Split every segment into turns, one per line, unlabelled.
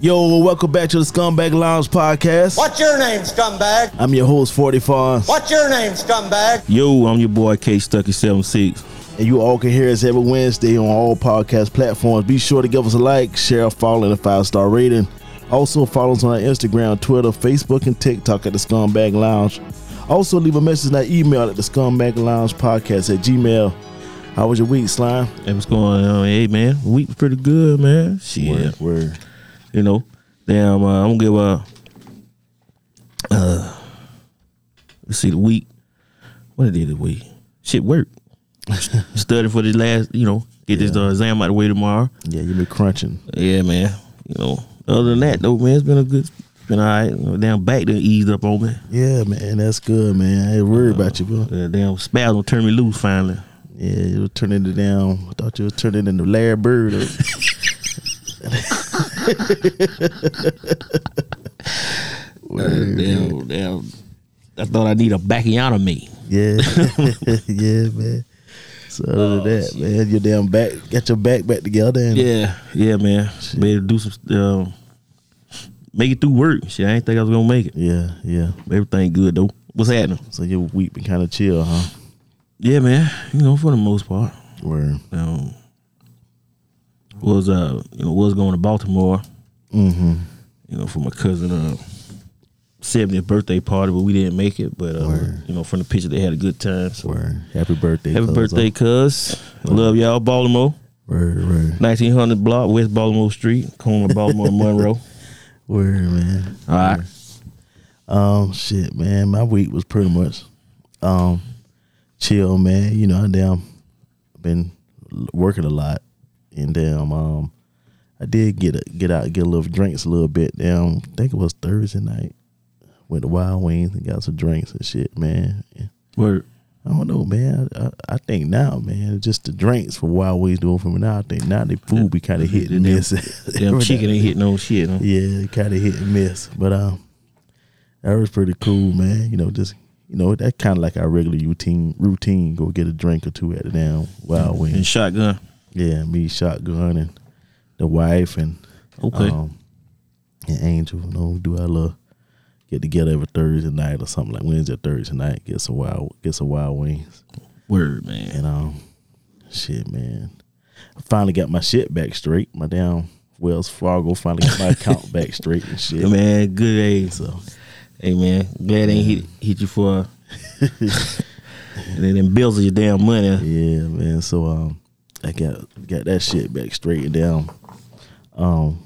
Yo, welcome back to the Scumbag Lounge podcast.
What's your name, scumbag?
I'm your host, 45.
What's your name, scumbag?
Yo, I'm your boy K Stucky 76.
And you all can hear us every Wednesday on all podcast platforms. Be sure to give us a like, share, follow, and a five star rating. Also, follow us on our Instagram, Twitter, Facebook, and TikTok at the Scumbag Lounge. Also, leave a message in our email at the Scumbag Lounge Podcast at Gmail. How was your week, Slime?
Hey, what's going on? Hey, man, week was pretty good, man.
Word,
Shit,
word.
you know, damn, uh, I'm gonna give a. Uh, let's see, the week. What I did the week? Shit, work. Studying for this last, you know, get this uh, exam out of the way tomorrow.
Yeah, you been crunching.
Yeah, man. You know, other than that though, man, it's been a good, it's been all right. You know, damn back done eased up on me.
Yeah, man, that's good, man. I ain't worried about you, bro.
Uh, damn spasm turned me loose finally.
Yeah, you were turning it down. I thought you was turning into Larry Bird. Or-
Damn, damn. I thought I need a backiotomy.
Yeah, yeah, man. So other than that, man, your damn back, get your back back together, and
Oh, Yeah, yeah, man. Better do some. Um, make it through work. Shit, I ain't think I was gonna make it.
yeah, yeah.
Everything good though. What's happening?
So your week been kind of chill, huh?
Yeah, man. You know, for the most part.
Where
Um, was uh, you know, was going to Baltimore.
Mm-hmm.
You know, for my cousin uh, 70th birthday party, but we didn't make it. But uh,
Word.
you know, from the picture, they had a good time. So
where happy birthday,
happy
cuz,
birthday, cuz. Love y'all, Baltimore.
huh? Word, word,
1900 block, West Baltimore Street, corner of Baltimore and Monroe.
word, man.
All right.
Um, shit, man. My week was pretty much, um, chill, man. You know, I damn been l- working a lot, and damn, um, I did get a, get out, get a little drinks a little bit. Damn, I think it was Thursday night. Went to Wild Wings and got some drinks and shit, man. And
Word.
I don't know, man. I, I think now, man, just the drinks for Wild Wings doing for me now. I think now the food be kind of hit and
Damn-
miss.
Damn chicken ain't hitting no shit. Huh?
Yeah, kind of hit and miss, but um, that was pretty cool, man. You know, just you know that kind of like our regular routine. Routine, go get a drink or two at the damn Wild
And
Wings.
shotgun.
Yeah, me, shotgun, and the wife, and
Okay.
um, and Angel. You know, do our little get together every Thursday night or something like Wednesday, or Thursday night. Get some wild, get some Wild Wings,
Word, man.
and um, shit, man. I finally got my shit back straight. My damn Wells Fargo finally got my account back straight and shit.
Man, good day.
So
Hey, man. Glad they ain't hit, hit you for. and then them bills of your damn money.
yeah, man. So um, I got got that shit back straight and down. Um,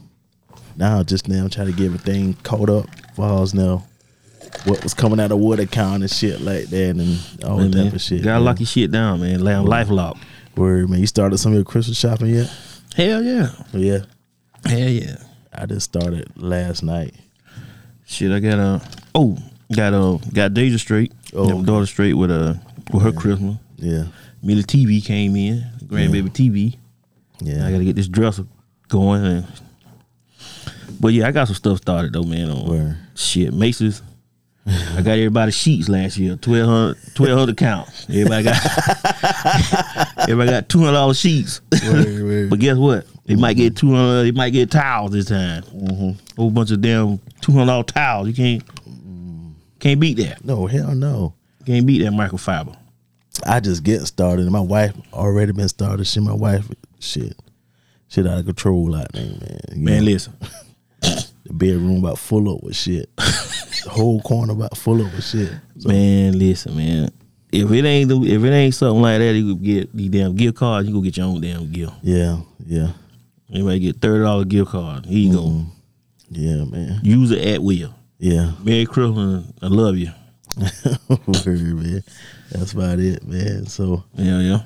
now just now trying to get everything caught up for us now. What was coming out of Wood account and shit like that and all
Hey,
that type
man.
of shit.
Gotta
man.
lock your shit down, man. Like life lock.
Word, man. You started some of your Christmas shopping yet?
Hell Oh, yeah.
Yeah,
Hell yeah.
I just started last night.
Shit, I got a. Oh, got a. Got Deja straight.
Oh,
Oh.
okay.
daughter straight with a. With her Christmas.
Yeah,
Mila TV came in. Grandbaby TV.
yeah.
I gotta get this dresser going. And, but yeah, I got some stuff started though, man. On
Word.
shit, Macy's. I got everybody sheets last year, 1200, 1200 count. Everybody got everybody got two hundred dollar sheets.
Word, word.
But guess what? They might get two hundred. They might get towels this time.
Mm-hmm.
Whole bunch of damn two hundred dollar towels. You can't can't beat that.
no, hell no.
Can't beat that microfiber.
I just get started. and My wife already been started. She, my wife, shit, shit out of control out there, man. You
Man,
know,
listen,
the bedroom about full up with shit. the whole corner about full up with shit.
man, listen, man. If it ain't the- if it ain't something like that, you could get these damn gift cards. You go get your own damn gift.
Yeah, yeah,
Anybody get thirty dollar gift card. Here you go.
yeah, man.
Use it at will.
Yeah,
Merry Christmas. I love you.
Word, man. That's about it, man. So,
Yeah, yeah.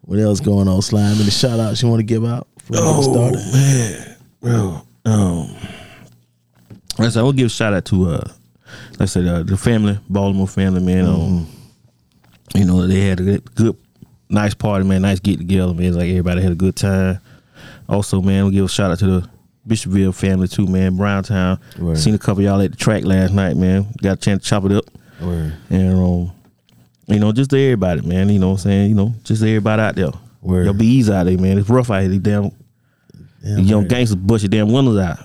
what else going on, slime? Any shout outs you want to give out? Before
Oh.
we get started?
man, bro. Um, I said I would give a shout out to uh, like I said uh, the family, Baltimore family, man. Um, you know they had a good, good, nice party, man. Nice get together, man. It's like everybody had a good time. Also, man, we give a shout out to the Bishopville family too, man. Browntown.
Word.
Seen a couple of y'all at the track last night, man. Got a chance to chop it up.
Word,
And um, you know, just to everybody, man. You know what I'm saying? You know, just to everybody out there.
Word.
Y'all be easy out there, man. It's rough out here. These damn
Damn
these young
right.
gangsters bust your damn windows out.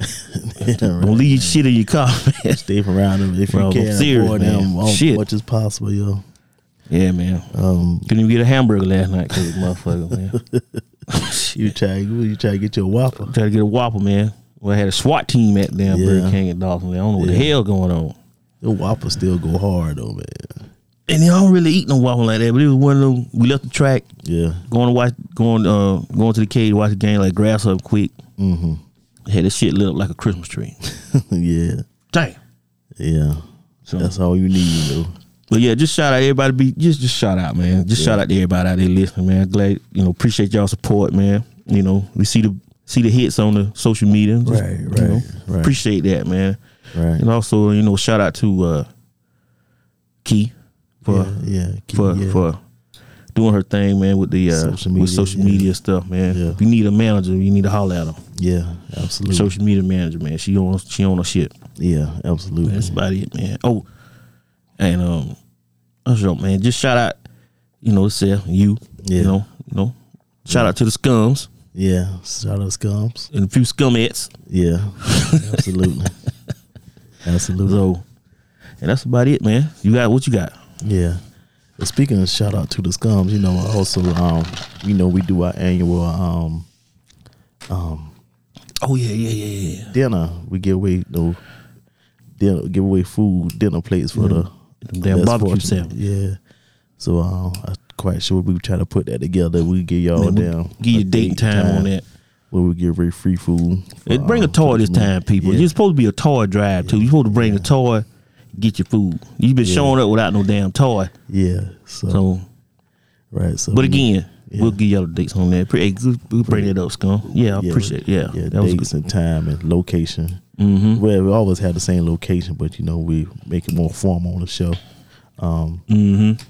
Don't leave your shit in your car, man.
Stay around them if
Bro, I'm
you can.
serious,
afford
man.
them as
Shit.
much as possible, yo.
yeah, man.
Um,
Couldn't even get a hamburger last night because motherfucker, man.
you try, you try to get your whopper.
Tried to get a Whopper, man. Well, I had a SWAT team at damn
Yeah.
Burger King at Dawson. man. I don't know what the hell going on.
Your whopper still go hard though, man.
And I don't really eat no Whopper like that, but it was one of them. We left the track,
Yeah,
going to watch, going, uh, going to the cage to watch the game, like grass up quick. Mm-hmm. Had this shit lit up like a Christmas tree.
yeah,
Damn.
yeah.
So,
That's all you need, though.
But yeah, just shout out everybody. Be just just shout out, man. Just shout out to everybody out there listening, man. Glad you know, appreciate y'all support, man. You know, we see the see the hits on the social media. Just,
Right,
you
right,
know,
right.
Appreciate that, man.
Right.
And also, you know, shout out to uh Key for
yeah, yeah, Key,
for
yeah.
for doing her thing, man, with the uh
Social
with
media,
social
yeah.
media stuff, man.
Yeah.
If you need a manager, you need to holler at her.
yeah, absolutely.
Social media manager, man. She on she on her shit.
yeah, absolutely.
That's about it, man. Oh, and um, that's all, man. Just shout out, you know, Seth, you,
Yeah.
you know, you know, shout out to the scums
Yeah, shout out scums.
and a few scumettes.
Yeah, absolutely, absolutely.
So, and that's about it, man. You got what you got.
Yeah. But speaking of shout out to the scums, you know, also um, you know, we do our annual um
Oh yeah, yeah, yeah, yeah.
dinner. We give away no dinner give away food, dinner plates for the
Them damn
less
barbecue
fortunate.
sandwich.
Yeah. So um I'm quite sure we try to put that together. We give y'all
Man, we
down.
give you Oh, a date and time on that.
Where we give away free food. for,
It bring a
um, to
toy
the
this
community.
time, people.
Yeah.
You're supposed to be a toy drive too. You're supposed to bring a toy, get your food. You've been showing up without no damn toy.
yeah. So,
So,
right. So
but
we-
again,
Yeah.
we'll give y'all the dates on that. Pre- Hey, good- we'll bring it up, scum. Yeah, I
yeah,
appreciate. It. Yeah,
yeah.
that was good.
dates and time and location. Mm-hmm. Well, we always had the same location, but you know we make it more formal on the show. Um,
Mm-hmm.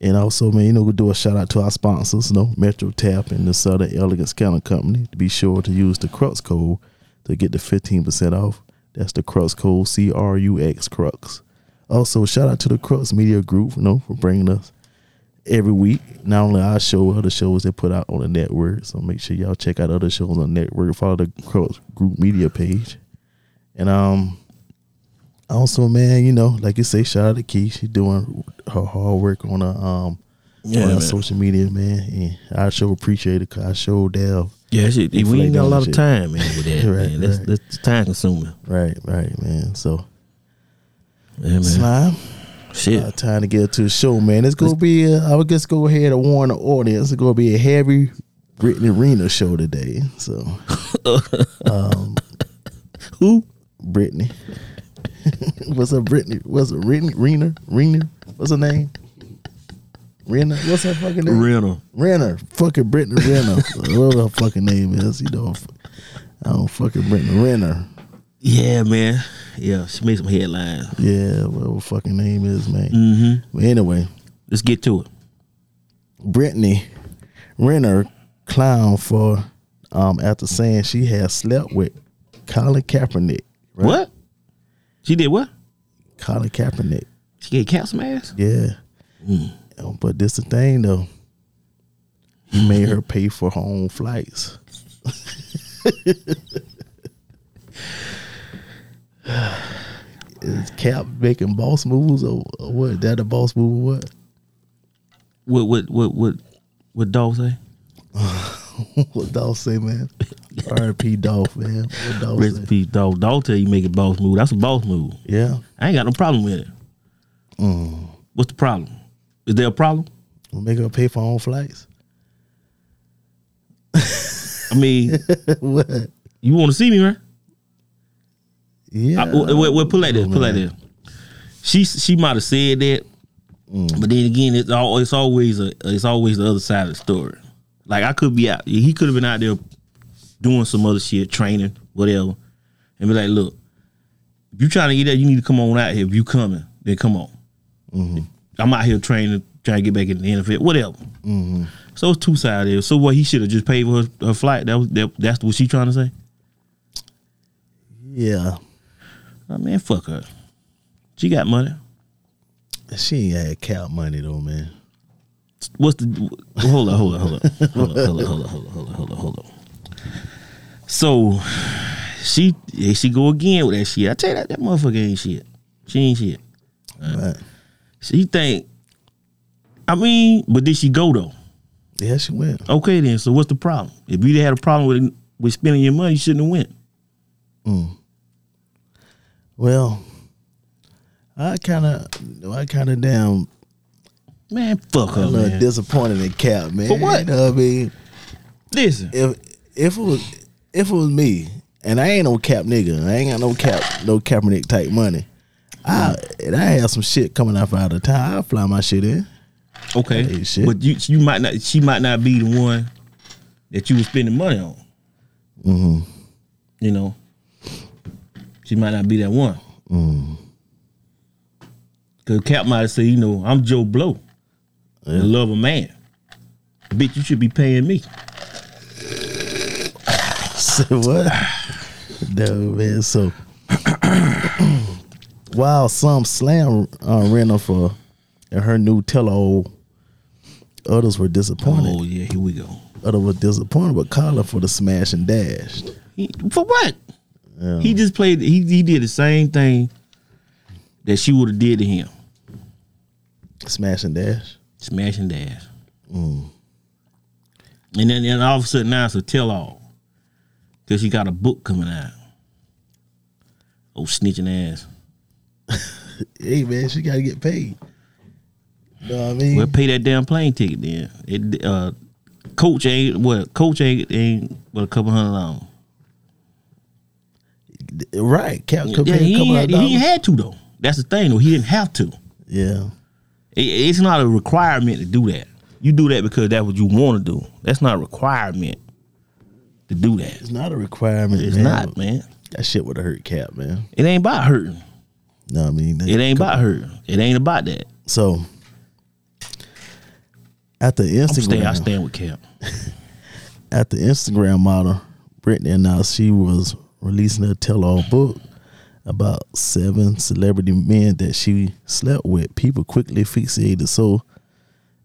And also, man, you know we do a shout out to our sponsors, you know Metro Tap and the Southern Elegance Counter Company. Be sure to use the Crux code to get the fifteen percent off. That's the Crux code C R U X Crux. Also, shout out to the Crux Media Group, you know, for bringing us every week. Not only our show, other shows they put out on the network. So make sure y'all check out other shows on the network. Follow the Cross Group Media page. And um also, man, you know, like you say, shout out to Key. She doing her hard work on her um
Yeah,
on her
man.
social media, man. And I sure appreciate it. Cause I sure Dell.
Yeah, shit. We ain't got a lot of
Shit.
time, man, with that.
Right,
man. That's,
right.
that's time consuming.
Right, right, man. So
Yeah, man.
slime.
Shit.
Uh, time to get to the show, man. It's gonna be. A, I would just go ahead and warn the audience. It's gonna be a heavy Brittany Rena show today. So,
Who?
Brittany, what's up, Brittany? What's up, Brittany? Rena? Rena? What's her name? Rena? What's her fucking name?
Rental.
Renner, fucking Brittany Renner, whatever her fucking name is, you know. I don't fucking Brittany Renner.
Yeah, man. Yeah, she made some headlines.
Yeah, whatever her fucking name is, man. Mm-hmm. But anyway,
Let's get to it.
Brittany Renner clown for um, after saying she had slept with Colin Kaepernick. right?
What? She did what?
Colin Kaepernick.
She gave cat some ass?
Yeah.
Hmm.
Um, But this the thing though. He made her pay for her own flights. Is Cap making boss moves or, or what? That a boss move or what?
What what what what what dog say?
what Dolph say, man? R.P. Dolph, man. What Dolph
Rest
say?
in peace, dog. Dog tell you make a boss move. That's a boss move.
Yeah.
I ain't got no problem with it.
Mm.
What's the problem? Is there a problem?
We'll make her pay for her own flights.
I mean,
what?
you want to see me, right?
Yeah.
I, well, well, well, put it like this. Put it like
man.
this. She she might have said that, but then again, it's all it's always a it's always the other side of the story. Like I could be out, he could have been out there doing some other shit, training, whatever, and be like, look, if you trying to get that, you need to come on out here. If you coming, then come on. I'm out here training, trying to get back in the NFL, whatever. So it's two sided. So what? He should have just paid for her, her flight. That was that, that's what she trying to say.
yeah.
I Oh, man, fuck her. She got money.
She ain't had cap money though, man.
What's the hold on, hold on, hold on, hold on, hold on, hold on, hold on, hold on, hold on, hold on. So She yeah, she go again with that shit. I tell you that that motherfucker ain't shit. She ain't shit. Uh,
Right.
She think. I mean, but did she go though?
Yeah, she went.
Okay then. So what's the problem? If you had a problem with with spending your money, you shouldn't have went.
Well, I kind of, I kind of damn
Man, fuck her,
a little
Oh, man.
disappointed in Cap, man.
For what?
You know what I mean,
Listen,
if if it was if it was me, and I ain't no Cap nigga, I ain't got no Cap no Kaepernick type money. I and I had some shit coming up out of town. I fly my shit in.
okay,
Hey, shit.
but you you might not. She might not be the one that you were spending money on. Mm-hmm. You know, she might not be that one.
Mm-hmm.
Cause Cap might say, you know, I'm Joe Blow, I love a man. Bitch, you should be paying me.
Say what? no man. So while some slam uh, Renner for and her new tell-all, others were disappointed.
Oh yeah, here we go.
Others were disappointed with Collar for the smash and dash.
He, for what? He just played. He he did the same thing that she would have did to him.
Smash and dash.
smashing dash. And then and all of a sudden now it's a tell all. Cause she got a book coming out. Oh snitching ass.
hey man, she gotta get paid. You know what I mean?
Well pay that damn plane ticket then. It uh coach ain't what coach ain't ain't but a couple hundred dollars.
right. Cap could
Yeah,
pay a
he,
couple
had,
hundred
he
dollars.
had to though. That's the thing though. He didn't have to.
Yeah.
It, it's not a requirement to do that. You do that because that's what you want to do. That's not a requirement to do that.
It's not a requirement.
It's
man,
not,
but
man.
That shit would have hurt Cap, man.
It ain't about hurting.
No, I mean that-
It ain't about her. It ain't about that.
So at the
I'm staying, I
Instagram
stand with Cap.
at the Instagram model, Brittany announced she was releasing a tell all book about seven celebrity men that she slept with. People quickly fixated so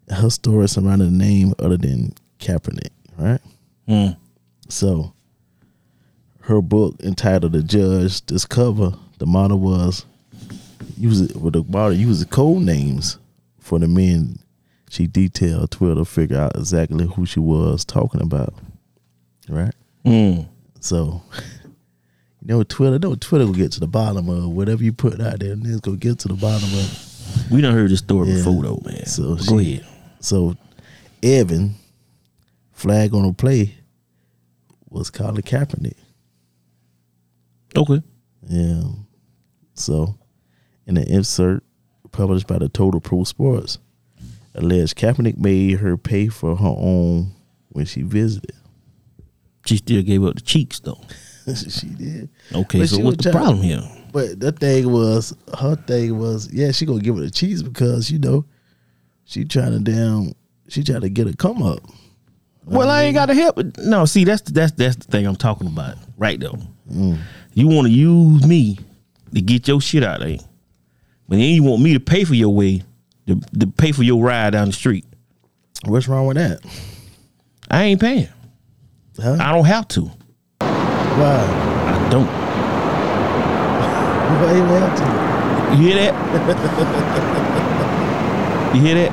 her story surrounded a name other than Kaepernick, right?
Mm.
So her book entitled The Judge Discover, the model was use it with the model uses code names for the men she detailed to be able to figure out exactly who she was talking about. Right?
Mm.
So you know Twitter, no Twitter will get to the bottom of whatever you put out there, and it's gonna get to the bottom of it.
We done heard this story
Yeah.
before though, man.
So
go
she-
ahead.
So Evan, flag on the play, was Colin Kaepernick.
Okay.
Yeah. So, in an insert published by the Total Pro Sports, alleged Kaepernick made her pay for her own when she visited.
She still gave up the cheeks though.
she did.
Okay,
But
so
she
what's
was
the
try-
problem here?
But the thing was, her thing was, yeah, she gonna give her the cheese because you know, she trying to damn, she trying to get a come up.
Well, I ain't got to help. it. No, see, that's that's that's the thing I'm talking about, right? Though, Mm. you want to use me to get your shit out of there, but then you want me to pay for your way, to, to pay for your ride down the street.
What's wrong with that?
I ain't paying.
Huh?
I don't have to.
Why?
I don't.
Why you have to?
You hear that? you hear that?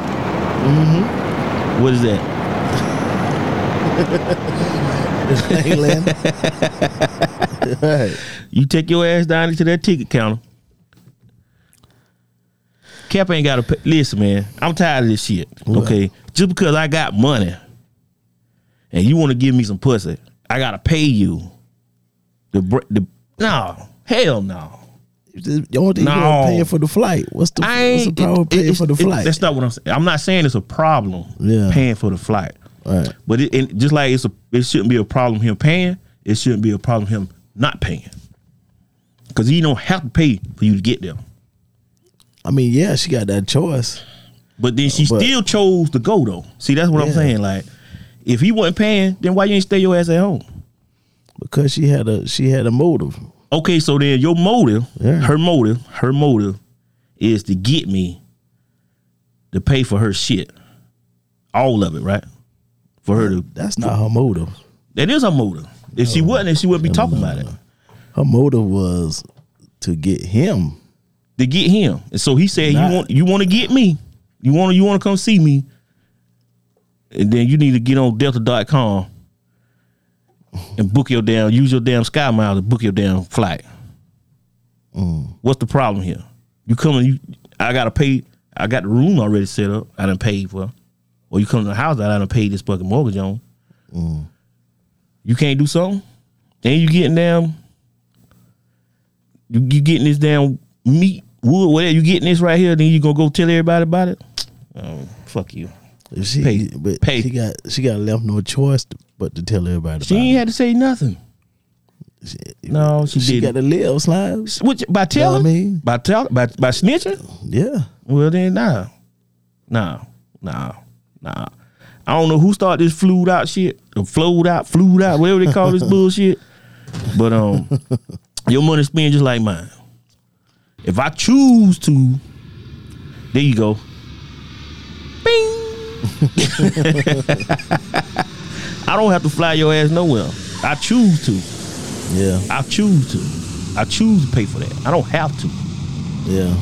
Mm-hmm. What is that?
England. right.
You take your ass down into that ticket counter. Cap ain't got to pay. Listen, man, I'm tired of this shit.
What?
Okay, just because I got money and you want to give me some pussy, I gotta pay you. The br- the no hell no.
You just- The only thing you
No.
gonna pay for the flight. What's the
I
what's the
ain't
problem with
it- it-
paying for the
it-
flight?
that's not what I'm saying. I'm not saying it's a problem.
Yeah.
paying for the flight.
Right.
But it, and just like it's a, it shouldn't be a problem him paying. It shouldn't be a problem him not paying. Cause he don't have to pay for you to get there.
I mean, yeah, she got that choice.
But then she
Uh, But-
still chose to go though. See, that's what I'm
Yeah.
saying. Like, if he wasn't paying, then why you ain't stay your ass at home?
Because she had a she had a motive.
Okay, so then your motive,
Yeah.
her motive, her motive is to get me to pay for her shit. All of it, right? For her to
That's not her motive.
that is her motive. If she wasn't, then she wouldn't be talking about it.
her motive was to get him.
to get him. And so he said,
Nah.
"You want you want to get me? You want to you want to come see me? And then you need to get on Delta.com and book your damn use your damn sky mile to book your damn flight. What's the problem here? You coming? You I gotta pay. I got the room already set up. I done paid for. Or you come to the house that I done paid this fucking mortgage on. You can't do something. And you getting damn you, you getting this damn meat, wood, whatever you getting this right here, then you gonna go tell everybody about it? Um, fuck you.
If she,
Pay-
but
pay.
she got she got left no choice to, but to tell everybody.
She
about
ain't had to say nothing.
it. She-
No, she
got
didn't.
to live, slime.
Which, by telling,
mean?
by tell, by by snitching.
Yeah,
Well, then nah, nah, nah, nah. I don't know who started this flued out shit, or flowed out, flued out, whatever they call this bullshit. But um, your money spent just like mine. If I choose to, there you go. Bing. I don't have to fly your ass nowhere. I choose to.
yeah,
I choose to. I choose to pay for that. I don't have to.
yeah.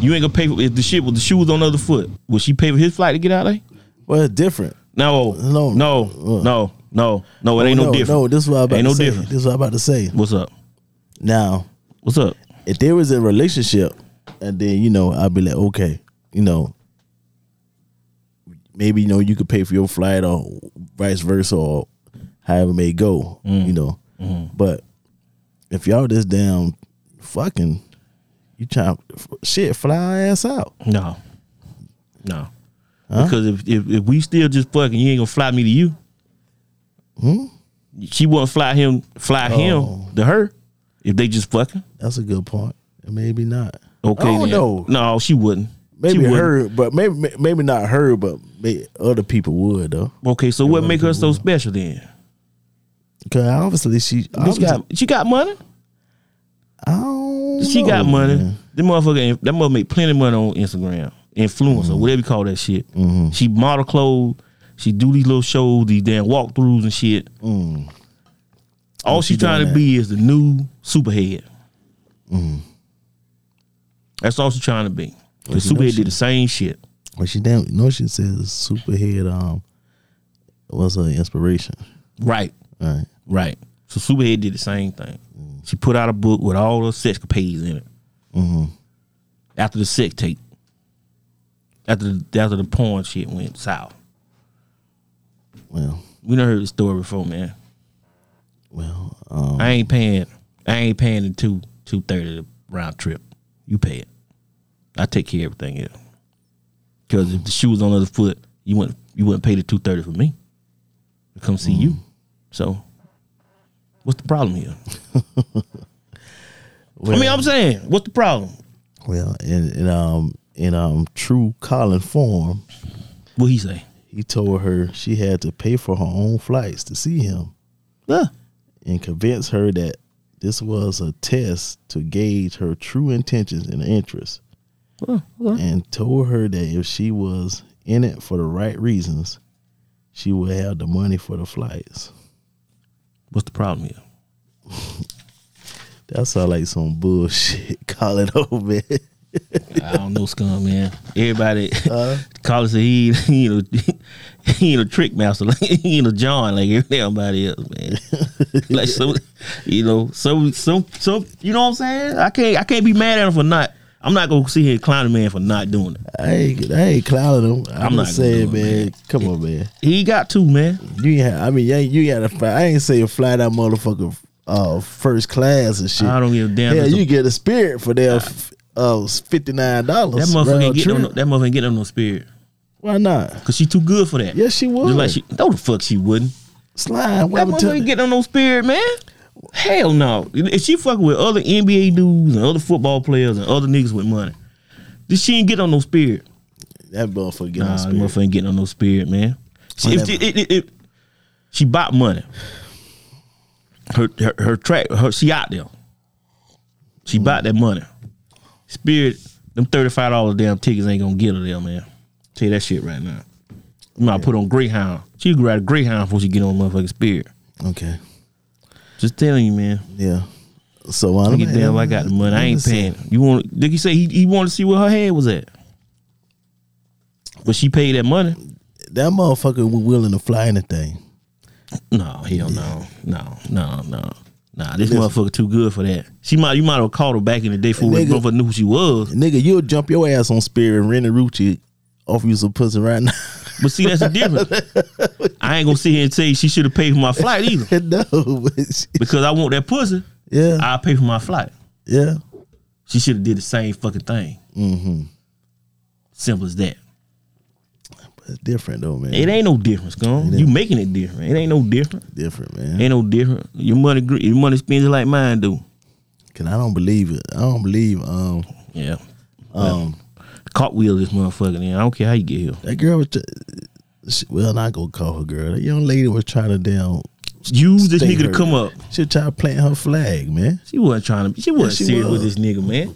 You ain't gonna pay for if the shit with the shoe was on the other foot. Will she pay for his flight to get out of there?
Well, it's different.
No,
No. Uh.
no, no, no, no, no. It ain't no,
no,
different.
No, this is what I'm about
Ain't
to
no
say.
different.
This is what I'm about to say.
What's up?
Now,
What's up?
if there was a relationship, and then you know, I'd be like, okay, you know, maybe you know you could pay for your flight or vice versa or however it may go,
Mm.
you know.
Mm-hmm.
But if y'all this damn fucking, you trying shit fly our ass out.
No, no. Because if, if if we still just fucking, you ain't gonna fly me to you. Hmm? She wouldn't fly him, fly
Oh.
him to her. If they just fucking,
That's a good point. Maybe not.
okay.
I don't
then.
know.
No, she wouldn't. she
Maybe
wouldn't.
her, but maybe may- maybe not her, but may, other people would though.
Okay, so what make her so special then?
Because obviously she,
Bitch
obviously-
got she got money.
I don't
She
know,
got money.
man.
That motherfucker, that mother make plenty of money on Instagram, influencer,
Mm-hmm.
whatever you call that shit. She model clothes. She do these little shows, these damn walkthroughs and shit. All she,
Mm. she doing
trying to
that? Mm-hmm.
be is the new superhead. That's all she trying to be. The
you know
superhead
she-
did the same shit.
But she damn no, she says superhead. Um, was her inspiration,
Right,
right?
right. So superhead did the same thing. She put out a book with all the sex capades in it. After the sex tape, after the, after the porn shit went south.
Well,
We done heard the story before, man.
well, um,
I ain't paying. I ain't paying the two two thirty round trip. You pay it. I take care of everything else. Because if the shoe was on the other foot, you wouldn't you wouldn't pay the two thirty for me to come see you. So, what's the problem here?
well,
I mean, I'm saying, what's the problem?
well, in, in um in um true Colin form,
What he say?
he told her she had to pay for her own flights to see him,
Yeah.
and convince her that this was a test to gauge her true intentions and interests. and told her that if she was in it for the right reasons, she would have the money for the flights.
What's the problem here?
That sound like some bullshit. Call it over.
I don't know, scum, man. Everybody,
Uh-huh.
Carlos said he, ain't- he, ain't a, he ain't a trick master, like he ain't a John, like everybody else, man. like some, you know, some, some, some, you know what I'm saying? I can't, I can't be mad at him for not. I'm not gonna sit here and clown a man for not doing it.
I ain't, I ain't clowning them. I'm,
I'm not
just
gonna
saying,
do it,
man,
man.
Come on, man.
He got to, man.
You ain't have, I mean, you ain't, you ain't gotta fly. I ain't say fly that motherfucker uh, first class and shit.
I don't give a damn.
Hell,
That's a-
you get a spirit for their f- uh, fifty nine
That
dollars.
motherfucker ain't get no, that motherfucker ain't get on no spirit
Why not?
because she too good for that.
Yes, she would.
Just like she, no, the fuck she wouldn't.
Slime. What
That
happened to-
motherfucker ain't getting on no spirit, man. Hell no. If she fucking with other NBA dudes and other football players and other niggas with money, this she ain't get on no spirit.
that motherfucker get
Nah,
on
that
spirit.
motherfucker ain't getting on no spirit, man. She, if she, it, it, it- she bought money. Her, her her track, her she out there. She bought that money. Spirit, them thirty five dollar damn tickets ain't gonna get her there, man. Tell you that shit right now. You might put on Greyhound. She could ride a Greyhound before she get on motherfucking Spirit.
Okay.
Just telling you, man.
Yeah. So uh, I
I
don't
get damn, I got the money. I ain't paying. You want? Did he say he, he wanted to see where her head was at? But she paid that money.
That motherfucker was willing to fly anything.
No, hell no, no, no, no, nah. This motherfucker too good for that. She might, you might have called her back in the day for when
Nigga.
motherfucker knew who she was.
Nigga, you'll jump your ass on Spirit and Rennie Rucci offer you some pussy right now.
But see, that's the difference. I ain't gonna sit here and tell you she should have paid for my flight either,
no, but she-
because I want that pussy.
yeah,
I pay for my flight.
yeah.
She should have did the same fucking thing. Mm-hmm. Simple as that.
But it's different though, man.
It ain't no difference, gone. You making it different. It ain't no different.
different, man.
Ain't no different. Your money, gr- your money spends like mine do.
Cause I don't believe it. I don't believe um
Yeah,
um
cartwheel this motherfucker. Then I don't care how you get here.
that girl was. tr- she, well, not gonna call her girl. That young lady was trying to down.
Use this
Stay
nigga
her.
to come up.
She tried to plant her flag, man.
She wasn't trying to. She wasn't
she
serious
was.
with this nigga, man.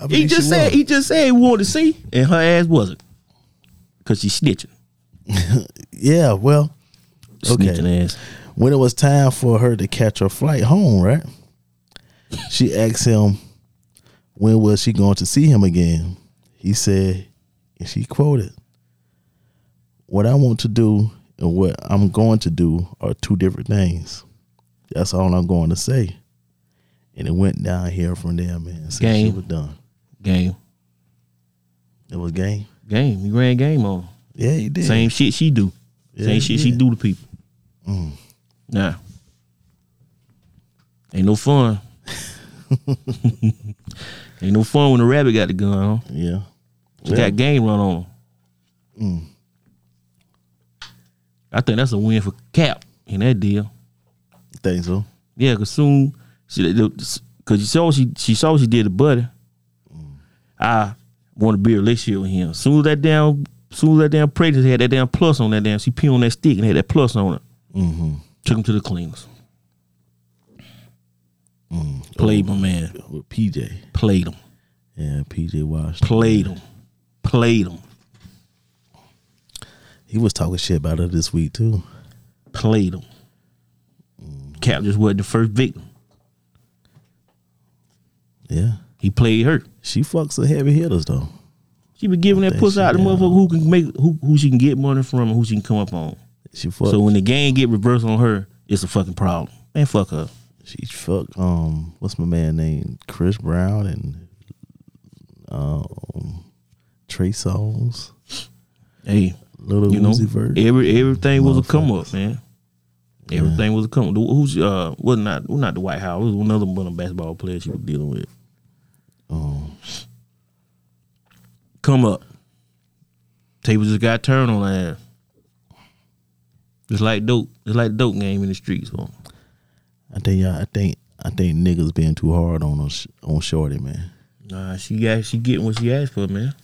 I
He
believe
just
she
said
was.
he just said he wanted to see, and her ass wasn't, cause she snitching,
yeah. Well, Okay.
snitching ass.
when it was time for her to catch her flight home, right? She asked him when was she going to see him again. He said, and she quoted, "What I want to do and what I'm going to do are two different things. That's all I'm going to say." And it went down here from there, man. So she
Game.
was done.
Game,
It was game.
game. You ran game on
Yeah, he did.
same shit she do,
Yeah, Mm.
same shit she
yeah.
do to people. Nah, ain't no fun. ain't no fun when the rabbit got the gun on.
Yeah. Mm.
She got game run on. 'em. I think that's a win for Cap in that deal.
Think so.
Yeah, cause soon she cause you saw she she saw what she did to Buddy.
Mm.
I want to be in a relationship with him. Soon as that damn soon as that damn pregnancy had that damn plus on that damn she pee on that stick and had that plus on it.
Mm-hmm.
Took him to the cleaners.
Mm.
Played my man.
With PJ.
Played him.
Yeah, PJ Washington.
Played him. Played him.
He was talking shit about her this week too.
Played him.
Mm.
Cap just wasn't the first victim.
Yeah.
He played her.
She fucks the heavy hitters though.
She be giving that
think
pussy
she
out to
down.
motherfucker who can make who who she can get money from and who she can come up on.
She fuck.
So when the game get reversed on her, it's a fucking problem. Man, fuck her.
she fuck. Um, what's my man named Chris Brown and um Trey Songz,
Hey,
Little
you know,
Uzi Vert.
every everything was a come up, man. Everything was a come up. The- Who's uh was not well, not the White House. It was another one of basketball players she was dealing with.
Um,
Come up. Table just got turned on her ass. It's like dope. It's like dope game in the streets. Man.
I think y'all. I think I think niggas being too hard on us on Shorty man.
Nah, she got she getting what she asked for, man.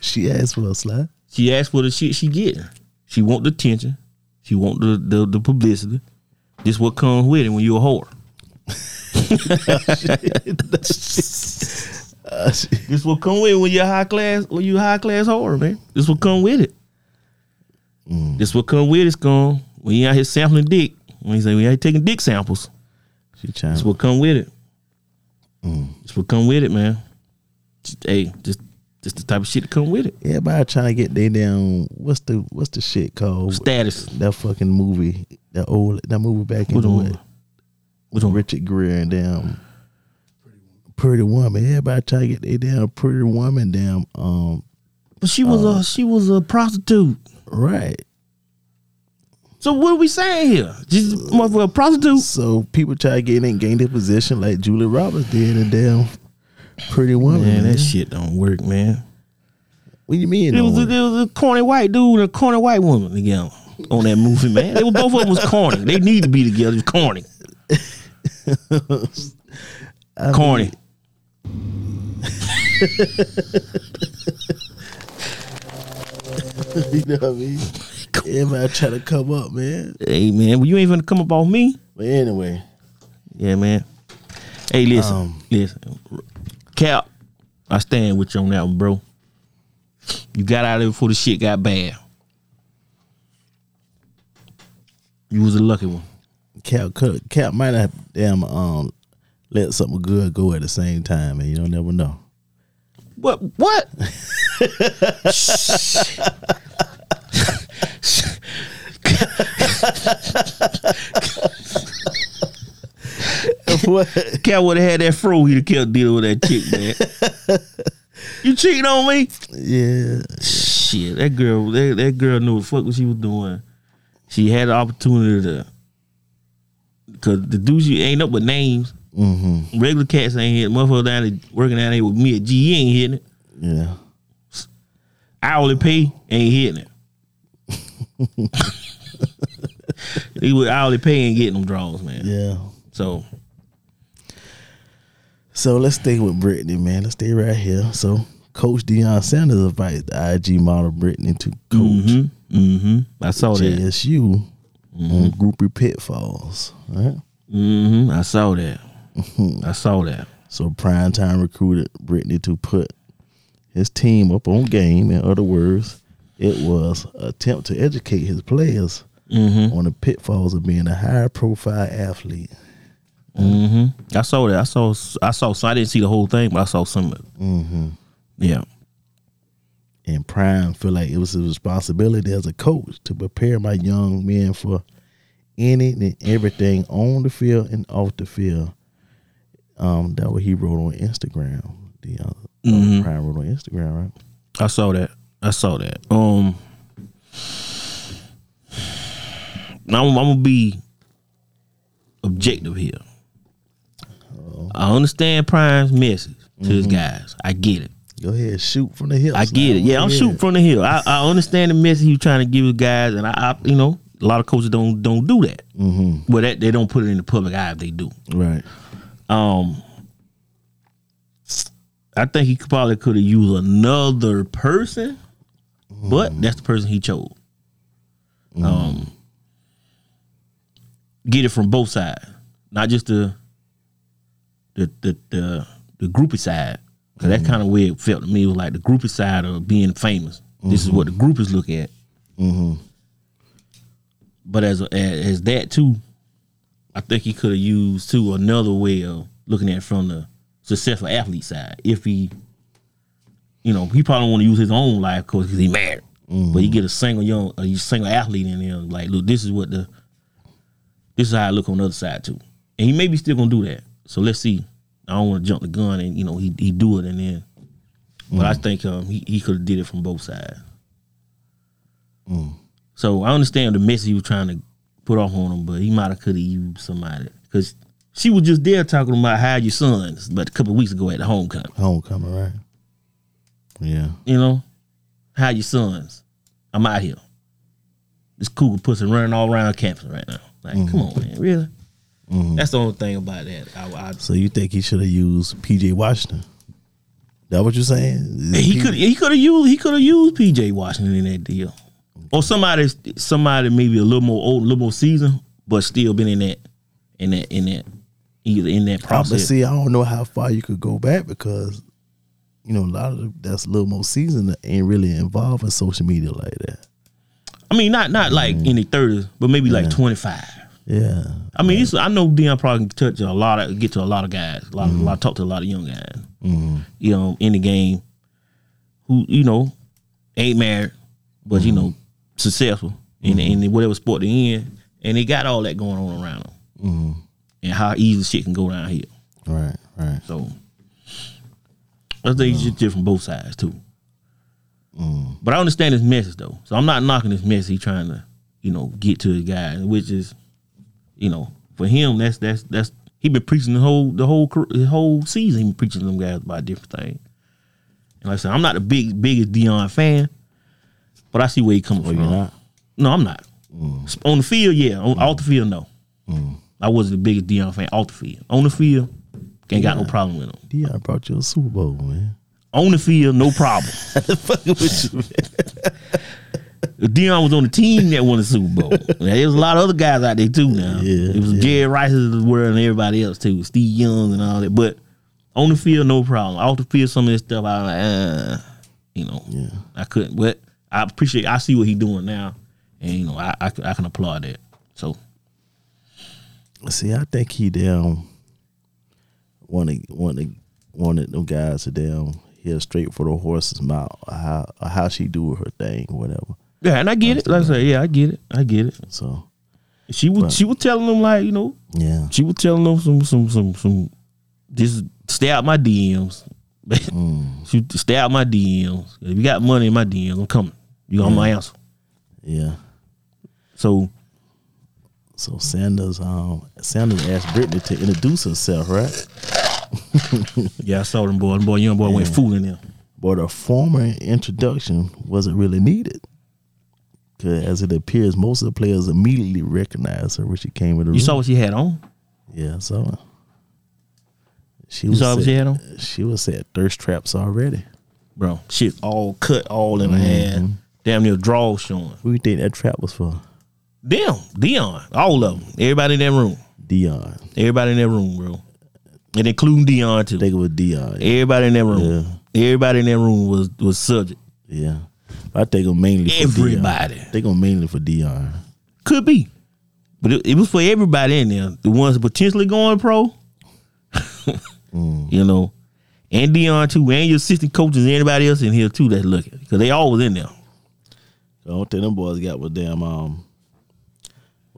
she asked for a slide.
She asked for the shit she getting. She want the attention. She want the the, the publicity. This what comes with it when you a whore.
Uh, she,
This what come with it when you a high class when you a high class whore, man. This what come with it. This what come with it's gone. When you out here sampling dick, when you say we out here taking dick samples,
she trying.
this what come with it. This what come with it, man. Just, hey, just just the type of shit that come with it.
Everybody trying to get they down. What's the what's the shit called?
Status.
that fucking movie, that old that movie back in
Which
the
one? Which one?
Richard Greer and damn Pretty Woman. Everybody try to get their damn Pretty Woman damn um
But she was a she was a prostitute.
right.
So what are we saying here? Just motherfucker prostitute.
So people try to get in gain their position like Julie Roberts did and damn Pretty Woman.
Man,
man.
that shit don't work, man.
what do you mean?
It
no
was, a,
one?
it was a corny white dude and a corny white woman together on that movie, man. They were both of them was corny. They need to be together. It was corny. corny.
you know what I mean? Everybody try to come up, man.
hey man, well, you ain't gonna come up on me.
But anyway,
Yeah, man. Hey, listen, listen. Cap, I stand with you on that one, bro. You got out of it before the shit got bad. You was a lucky one.
Cap could Cap might have damn um let something good go at the same time, and you don't never know.
What? What?
what?
Cat would have had that fro. He'd have kept dealing with that chick, man. you cheating on me?
Yeah,
Shit, that girl, that, that girl knew what the fuck what she was doing. She had the opportunity to, cause the dudes you ain't up with names. Mm-hmm. Regular cats ain't here. Motherfucker down there working down there with me at G ain't hitting it.
yeah.
Hourly pay ain't hitting it. he with hourly pay ain't getting them draws, man.
Yeah.
So
So let's stay with Brittany, man. Let's stay right here. So Coach Deion Sanders advised the IG model Brittany to coach
mm-hmm, mm-hmm, I saw that.
JSU on groupie pitfalls. Right.
Mm-hmm. I saw that. I saw that.
So primetime recruited Brittany to put his team up on game. In other words, it was attempt to educate his players on the pitfalls of being a high profile athlete.
I saw that. I saw. I saw. So I didn't see the whole thing, but I saw some. of it. Yeah.
and prime feel like it was his responsibility as a coach to prepare my young men for any and everything on the field and off the field. Um, that what he wrote on Instagram. The uh,
Mm-hmm.
prime wrote on Instagram, right?
I saw that. I saw that. Um. Now I'm, I'm gonna be objective here. I understand Prime's message to his guys. I get it.
Go ahead, shoot from the hips.
I get it.
Like,
Yeah, I'm shooting from the hill. I, I understand the message he was trying to give his guys, and I, I you know, a lot of coaches don't don't do that. Mm-hmm. Well, that they don't put it in the public eye if they do.
Right.
Um, I think he could- probably could have used another person, but that's the person he chose. Um, get it from both sides, not just the the the the, the groupie side. Cause that's kind of where it felt to me. It was like the groupie side of being famous. This is what the groupies look at. But as as, as that too, I think he could have used too another way of looking at it from the successful athlete side. If he, you know, he probably want to use his own life coach because he married, but he get a single young, a single athlete in there. Like, look, this is what the, this is how I look on the other side too, and he maybe still gonna do that. So let's see. I don't want to jump the gun and you know he he do it and then, but I think um he he could have did it from both sides. So I understand the message he was trying to put off on him, but he might have could have used somebody because she was just there talking about how your sons, but a couple weeks ago at the homecoming,
Homecoming, right? Yeah.
you know, how your sons. I'm out here. This cougar pussy running all around campus right now. Like, come on, man, really? That's the only thing about that. I,
So you think he should have used PJ Washington? That what you're saying?
I,
Is
he
P-
could he could have used he could have used PJ Washington in that deal, or somebody somebody maybe a little more old, a little more seasoned, but still been in that in that in that either in that
I- But
process.
see, I don't know how far you could go back because, you know, a lot of the, that's a little more seasoned ain't really involved in social media like that.
I mean, not not like
Mm.
in the thirties, but maybe like twenty five.
Yeah.
I mean, it's, I know Deion probably can touch a lot of get to a lot of guys. A lot, of, a lot talk to a lot of young guys. You know, in the game, who you know ain't married, but you know successful in in whatever sport they're in, and they got all that going on around them. And how easy shit can go down here.
Right. Right.
So I think it's just from both sides too. But I understand his message though, so I'm not knocking his message. He trying to, you know, get to his guy, which is, you know, for him that's that's that's he been preaching the whole the whole car- the whole season. He been preaching to them guys about different things. And like I said, I'm not the big biggest Dion fan, but I see where he coming from. No, I'm not. Sp- On the field, yeah. On off the field, no. I wasn't the biggest Dion fan off the field. On the field, ain't got no problem with him.
Deion brought you a Super Bowl, man.
On the field, no problem.
Fucking with you,
If Dion was on the team that won the Super Bowl. Now, there's a lot of other guys out there too now.
Yeah,
it was
yeah.
Jerry Rice's of the world and everybody else too. Steve Young and all that. But on the field, no problem. Off the field, some of this stuff I was like, uh, you know,
Yeah.
I couldn't. But I appreciate. I see what he's doing now, and you know, I I, c- I can applaud that. So
See, I think he damn wanted wanted wanted them guys to damn hear straight for the horse's mouth or how or how she do her thing, whatever.
Yeah, and I get it. Like I said, yeah, I get it. I get it.
So
She was she was telling them like you know
yeah,
she was telling them some some some some just stay out my DMs. She stay out my DMs. If you got money in my DMs, I'm coming. You gonna my answer.
yeah.
So
So Sanders um Sanders asked Britney to introduce herself, right?
yeah, I saw them boy. Them boy, young boy went fooling them.
But a formal introduction wasn't really needed. 'Cause as it appears, most of the players immediately recognized her when she came in the room.
You saw what she had on.
Yeah, I saw her. She
You saw what she had on?
She was at thirst traps already.
bro. Shit all cut all in her hand. Damn near draw showing.
Who you think that trap was for?
Damn, Dion, all of them. Everybody in that room.
Dion.
Everybody in that room, bro. And including Dion too.
I think it was Dion. Yeah.
Everybody in that room. Everybody in that room was was subject.
I think it was mainly for
Everybody.
Dion. I think it was mainly for Dion.
Could be, but it, it was for everybody in there. The ones potentially going pro, you know, and Dion too, and your assistant coaches, and everybody else in here too that's looking because they all was in there.
The only thing them boys got was damn um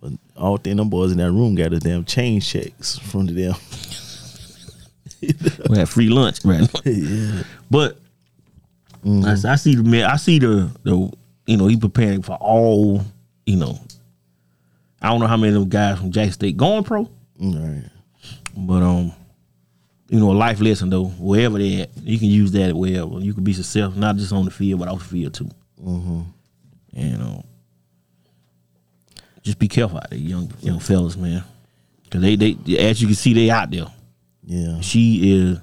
was- all thing them boys in that room got is damn chain checks from the damn
we had free lunch, right? Mm-hmm. But I s- I, see the man. I see the the you know he preparing for all you know. I don't know how many of them guys from Jack State going pro,
all right.
but um, you know a life lesson though. Wherever they at, you can use that wherever you can be yourself, not just on the field but off the field too.
Mm-hmm.
And um, just be careful out there, young young fellas, man. Cause they they as you can see they out there.
Yeah.
She is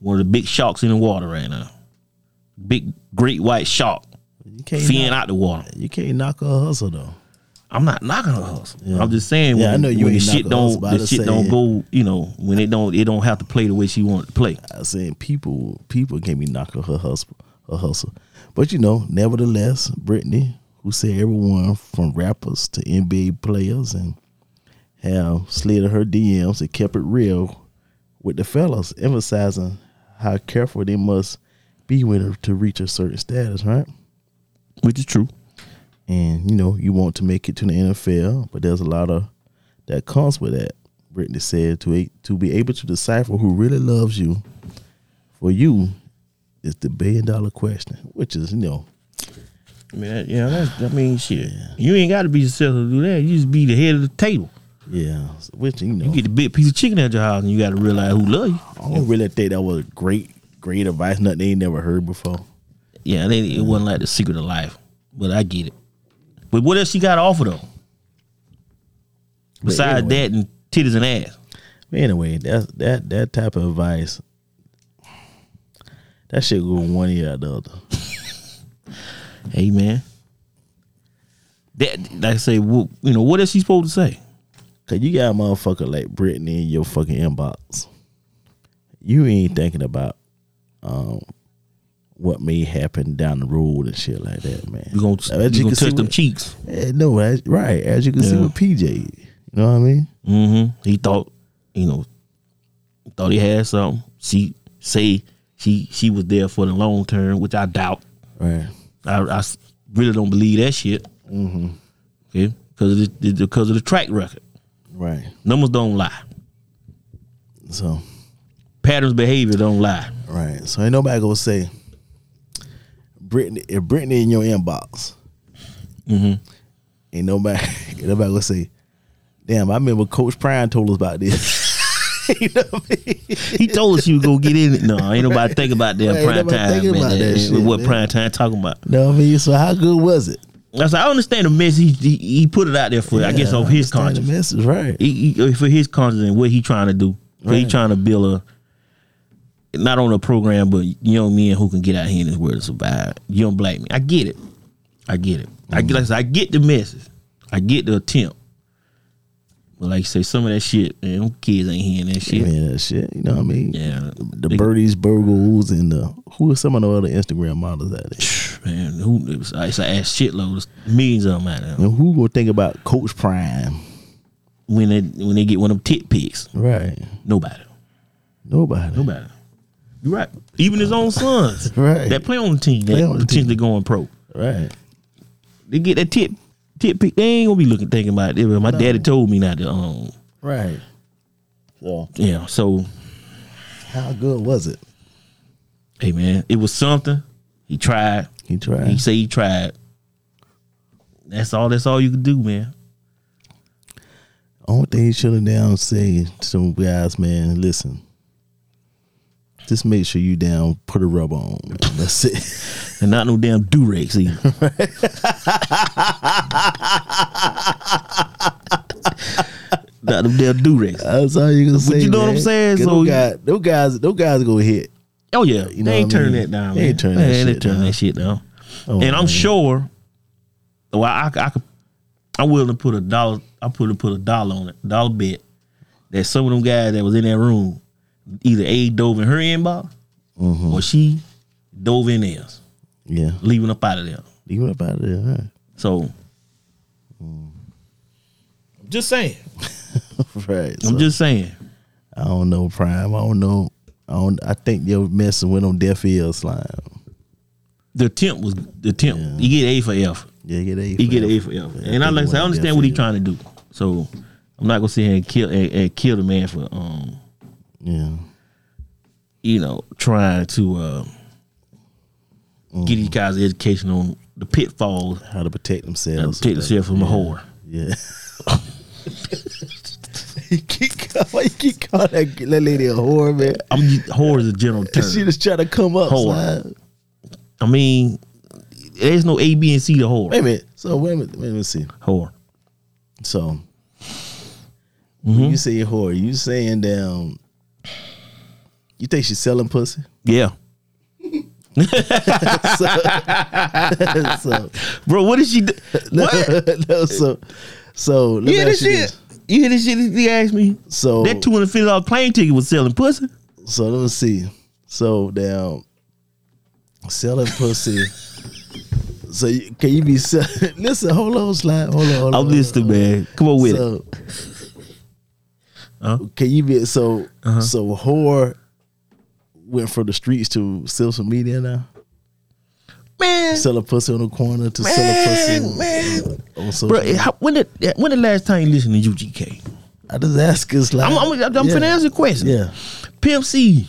one of the big sharks in the water right now. Big great white shark
You can't
feeding
knock,
out the water.
you can't knock her hustle though.
I'm not knocking her hustle. I'm just saying
Yeah,
when,
I know you
when the
ain't
shit
knocking her hustle,
don't
but I
the
just
shit
say-
don't go, you know, when it don't it don't have to play the way she wanted to play.
I saying people people can't be knocking her hustle her hustle. But you know, nevertheless, Brittany, who said everyone from rappers to NBA players and have slid her DMs and kept it real with the fellas, emphasizing how careful they must be with her to reach a certain status, right?
Which is true.
And you know, you want to make it to the NFL, but there's a lot of that comes with that. Brittany said to a- to be able to decipher who really loves you for you is the billion dollar question, which is you know,
I mean, that, yeah, that's, I mean, shit. You ain't got to be successful to do that. You just be the head of the table.
yeah, which you know,
You get the big piece of chicken at your house, and you got to realize who love you.
I don't really think that was great great advice, nothing they ain't never heard before.
Yeah, they, it wasn't like the secret of life, but I get it. But what else she got to offer though? Besides
anyway.
that and titties and ass,
But anyway, that that that type of advice, that shit go one ear out the other.
hey man. That like I say, wh- you know what is she supposed to say?
Cause you got a motherfucker like Brittany in your fucking inbox. You ain't thinking about um what may happen down the road and shit like that, man.
You gonna,
Now, as
you
can
gonna
see
touch them
with-
cheeks?
Eh, No, as, right. As you can see
Yeah.
with PJ, you know what I mean?
Mm-hmm. He thought, you know, thought he had something. She say she she was there for the long term, which I doubt.
Right.
I, I s- really don't believe that shit. Mm-hmm. Okay, because because of the track record,
Right.
numbers don't lie.
So
patterns behavior don't lie.
right. So ain't nobody gonna say Brittany if Brittany in your inbox. Mm-hmm. Ain't nobody ain't nobody gonna say, damn, I remember Coach Prime told us about this. you know what I mean?
He told us he was gonna get in it. No, ain't nobody think about that
Right, ain't
prime
nobody
time.
thinking
man.
about
That-
that shit,
what
man.
prime time talking about?
know what I mean? So how good was it?
That's I understand the message he, he put it out there for. I guess
Yeah,
of his
understand the
conscience,
message, right?
He- he- for his conscience and what he trying to do. He
Right.
trying to build a not on a program, but young men who can get out here in this world to survive. Young black men, I get it. I get it. I get. Like I, said, I get the message. I get the attempt. But like you say, some of that shit, man, them kids ain't hearing that shit.
Yeah, that shit. You know what I mean?
Yeah,
The birdies, burgles, and the who are some of the other Instagram models out there?
Man, who it was, it's an ass shitload, of millions of them out there.
And who gonna think about Coach Prime?
when they when they get one of them tit pics?
Right.
Nobody.
Nobody.
Nobody. You're right. Even his own sons
Right.
that play on the team
Play
that
on the team.
potentially going pro.
Right.
They get that tit tit pic. They ain't gonna be looking thinking about it. My daddy told me not to. Um.
Right. So
Yeah. So
how good was it?
hey man, it was something. He tried.
He tried.
He say he tried. That's all. That's all you can do, man.
Only thing he should have down say to some guys, man, listen. Just make sure you down put a rubber on. Man. That's it.
And not no damn Durex either. not no damn Durex.
That's all you can say.
you know what
man.
I'm saying?
'Cause
So
those
you-
guys, those guys, those guys gonna hit.
Oh yeah, you
know
they ain't
what I
turning
mean?
that down.
They
man.
ain't turning
Man,
that
they
shit
turning
down.
that shit down.
Oh,
and I'm
man.
sure. Well, I, I could. I'm willing to put a dollar. I put put a dollar on it, dollar bet that some of them guys that was in that room either A dove in her inbox
Mm-hmm.
or she dove in theirs,
Yeah,
leaving up out of there.
you went about it. Huh?
So
Just saying.
Right.
I'm
so
just saying.
I don't know, Prime. I don't know. I don't. I think your messing went on deaf ears, slime.
The attempt was the attempt.
Yeah.
You get A for effort.
Yeah, get a.
He get an A for effort. And I like I said, I understand what he's trying to do. So I'm not gonna sit here and kill and, and kill the man for um
Yeah.
you know trying to uh, get these guys education on the pitfalls
How to protect
and
themselves.
protect themselves from a whore.
Yeah. you keep call, why you keep calling that, that lady a whore, man?
I'm whore is a general
She
term.
just trying to come up.
Whore.
Slime.
I mean, there's no A, B, and C to whore.
Wait a minute. So wait a minute. Wait a minute. See.
Whore.
So
Mm-hmm.
when you say whore, you saying down. You think she's selling pussy?
Yeah,
so, so,
bro. What is she? Do? What?
no, so, so let me
You hear this
ask you
shit?
this.
You hear this shit? He asked me.
So
That two hundred fifty dollar plane ticket was selling pussy.
So let me see. So now selling pussy. So you, can you be sell- listen? Hold on, slide. Hold on. Hold
I'm
on
listening, man. Come on with it.
So can you be so
Uh-huh.
so whore went from the streets to social media now?
Man,
Sell a pussy on the corner to sell a
man,
pussy
man.
on social.
Bro, eh, how, when the when the last time you listened to UGK?
I just ask us like
I'm I'm, I'm
yeah.
finna answer a question.
Yeah,
Pimp C.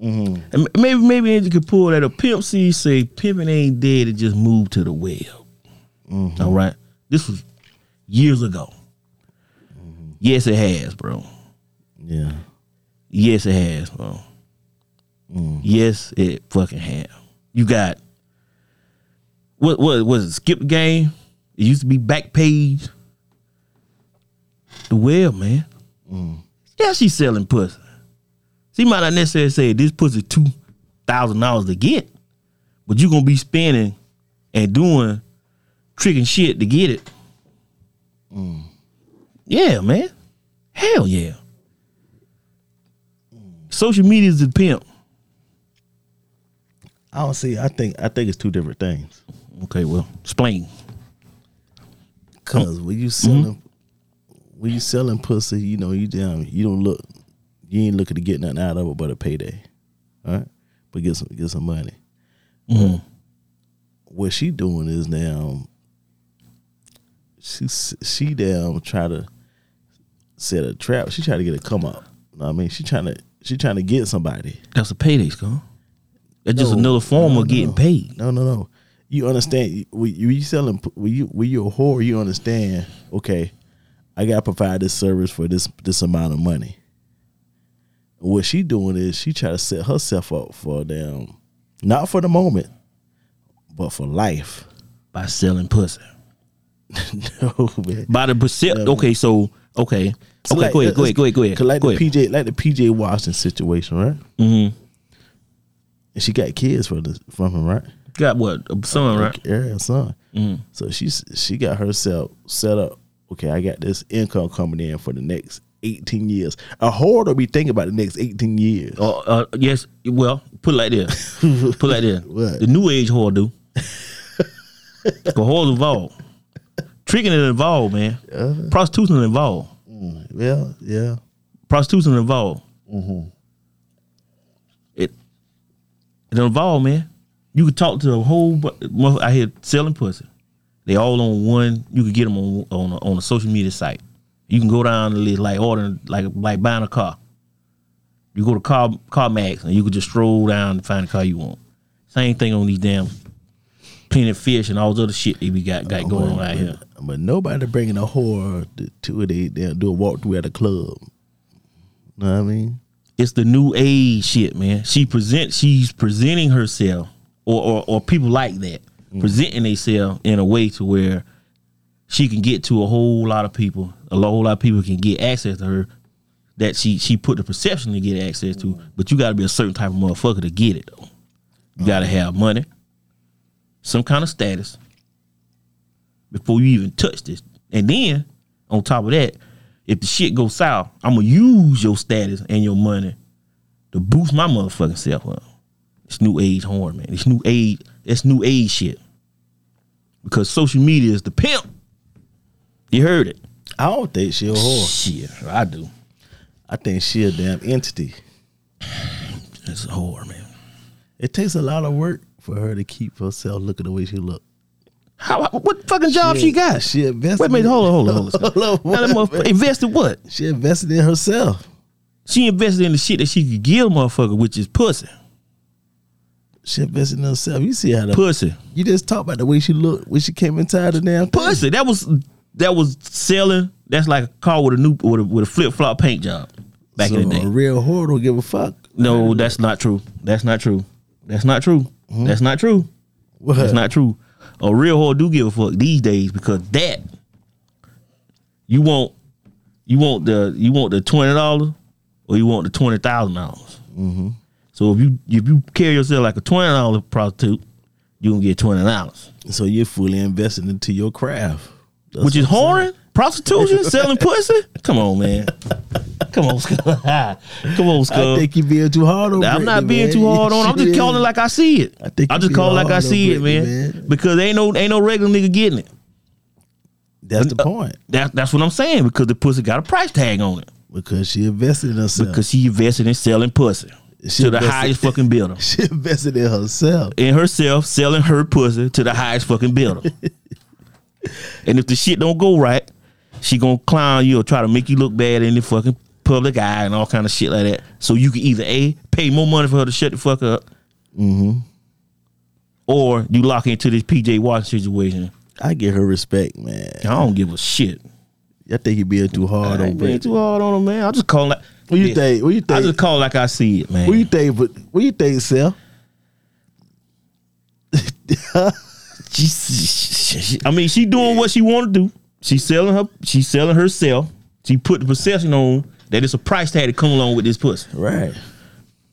Mm-hmm.
And Maybe maybe Angie could pull that up. Pimp C say pimping ain't dead. It just moved to the web.
Mm-hmm.
All right, this was years ago.
Mm-hmm.
Yes, it has, bro.
yeah.
Yes, it has, bro. Yes, it fucking has. You got what? What was it? Skip game. It used to be back page. The web, man. Yeah, she's selling pussy. She might not necessarily say this pussy two thousand dollars to get, but you gonna be spending and doing trick and shit to get it. Yeah, man. Hell yeah. Social media is the pimp.
I don't see. I think I think it's two different things.
Okay, well, explain.
Cause when you selling, when you selling pussy, you know you damn you don't look, you ain't looking to get nothing out of it but a payday, all right? But get some get some money. What she doing is now, she s- she damn try to set a trap. She try to get a come up. Know what I mean, she trying to she trying to get somebody.
That's a payday, Skull. That's just
No,
another form
no,
of getting
no.
paid.
No, no, no. You understand? When you, you selling, when you when you a whore, you understand. Okay, I gotta provide this service for this this amount of money. What she doing is she try to set herself up for them, not for the moment, but for life.
by selling pussy.
no man.
By the percept.
Yeah.
Okay, so okay,
So
okay,
like,
go ahead,
uh,
go ahead, go ahead, go ahead,
'cause Like
go
the
ahead.
PJ, like the PJ Washington situation, right?
Mhm.
And she got kids for this from him, right?
Got what? A Son, right? Mm-hmm.
Yeah, son. So she's she got herself set up. Okay, I got this income coming in for the next eighteen years. A whore will be thinking about the next eighteen years.
Uh, uh, yes. Well, put it like this. put it like this.
What?
The new age whore do. the whore's involved. tricking is involved, man.
Uh-huh.
Prostitution is involved.
Yeah, yeah.
Prostitution is involved. It it involved, man. You could talk to a whole bu- mother out here selling pussy. They all on one. You could get them on on a, on a social media site. You can go down the list like ordering like like buying a car. You go to car car max and you could just stroll down and find the car you want. Same thing on these damn Planet Fish and all this other shit that we got got going on out here.
But, but nobody bringing a whore to, to it. They, they do a walkthrough at a club. Know what I mean?
it's the new age shit, man. She present she's presenting herself or or, or people like that presenting themselves in a way to where she can get to a whole lot of people. A lo- whole lot of people can get access to her that she she put the perception to get access to. But you got to be a certain type of motherfucker to get it though. You got to have money, some kind of status before you even touch this. And then on top of that, if the shit goes south, I'm gonna use your status and your money to boost my motherfucking self up. It's new age horn, man. It's new age. It's new age shit. Because social media is the pimp. You heard it.
I don't think she a whore.
Shit, I do.
I think she a damn entity.
It's a whore, man.
It takes a lot of work for her to keep herself looking the way she look.
How? What fucking job she got?
She invested.
Wait a minute. Hold on. Hold on. Hold on.
Hold on,
Now that motherfucker invested what?
She invested in herself.
She invested in the shit that she could give motherfucker, which is pussy.
She invested in herself. You see how the
Pussy.
you just talk about the way she looked when she came inside the damn thing.
pussy. That was that was selling. That's like a car with a new with a, with a flip flop paint job back
so
in the
A
day.
real whore don't give a fuck.
No, that's not true. That's not true. That's not true. That's not true.
What?
That's not true. A real whore do give a fuck these days because that you want you want the you want the twenty dollars or you want the twenty thousand dollars. So if you if you carry yourself like a twenty dollar prostitute, you gonna get twenty dollars.
So you're fully invested into your craft, That's
which is
what I'm saying.
whoring, prostitution, selling pussy. Come on, man. Come on, Skull. Come on,
I
Skull.
think you're being too hard on.
Um, I'm not
Britney,
being
man.
too hard on. I'm
She
just
is.
calling it like I see it.
I think
I
you
just
being
call it like I
hard on
see it,
Britney,
man.
man.
Because ain't no ain't no regular nigga getting it.
That's the point
That, that's what I'm saying. Because the pussy got a price tag on it.
because she invested in herself.
Because she invested in selling pussy
She
to the
invested-
highest fucking builder.
she invested in herself.
In herself, selling her pussy to the highest fucking builder. and if the shit don't go right, she gonna clown you or try to make you look bad in the fucking public eye and all kind of shit like that. So you can either a pay more money for her to shut the fuck up,
Mm-hmm.
or you lock into this PJ Washington situation.
I give her respect, man.
I don't give a shit.
I think you're being too hard
I
on.
ain't being
Britney.
too hard on him, man. I just call like
What you think? What you
I
think?
just call like I see it, man.
What you think? But what you think, Sel?
She- I mean, she doing what she want to do. She selling her. She selling herself. She put the perception on that it's a price tag to come along with this pussy.
Right.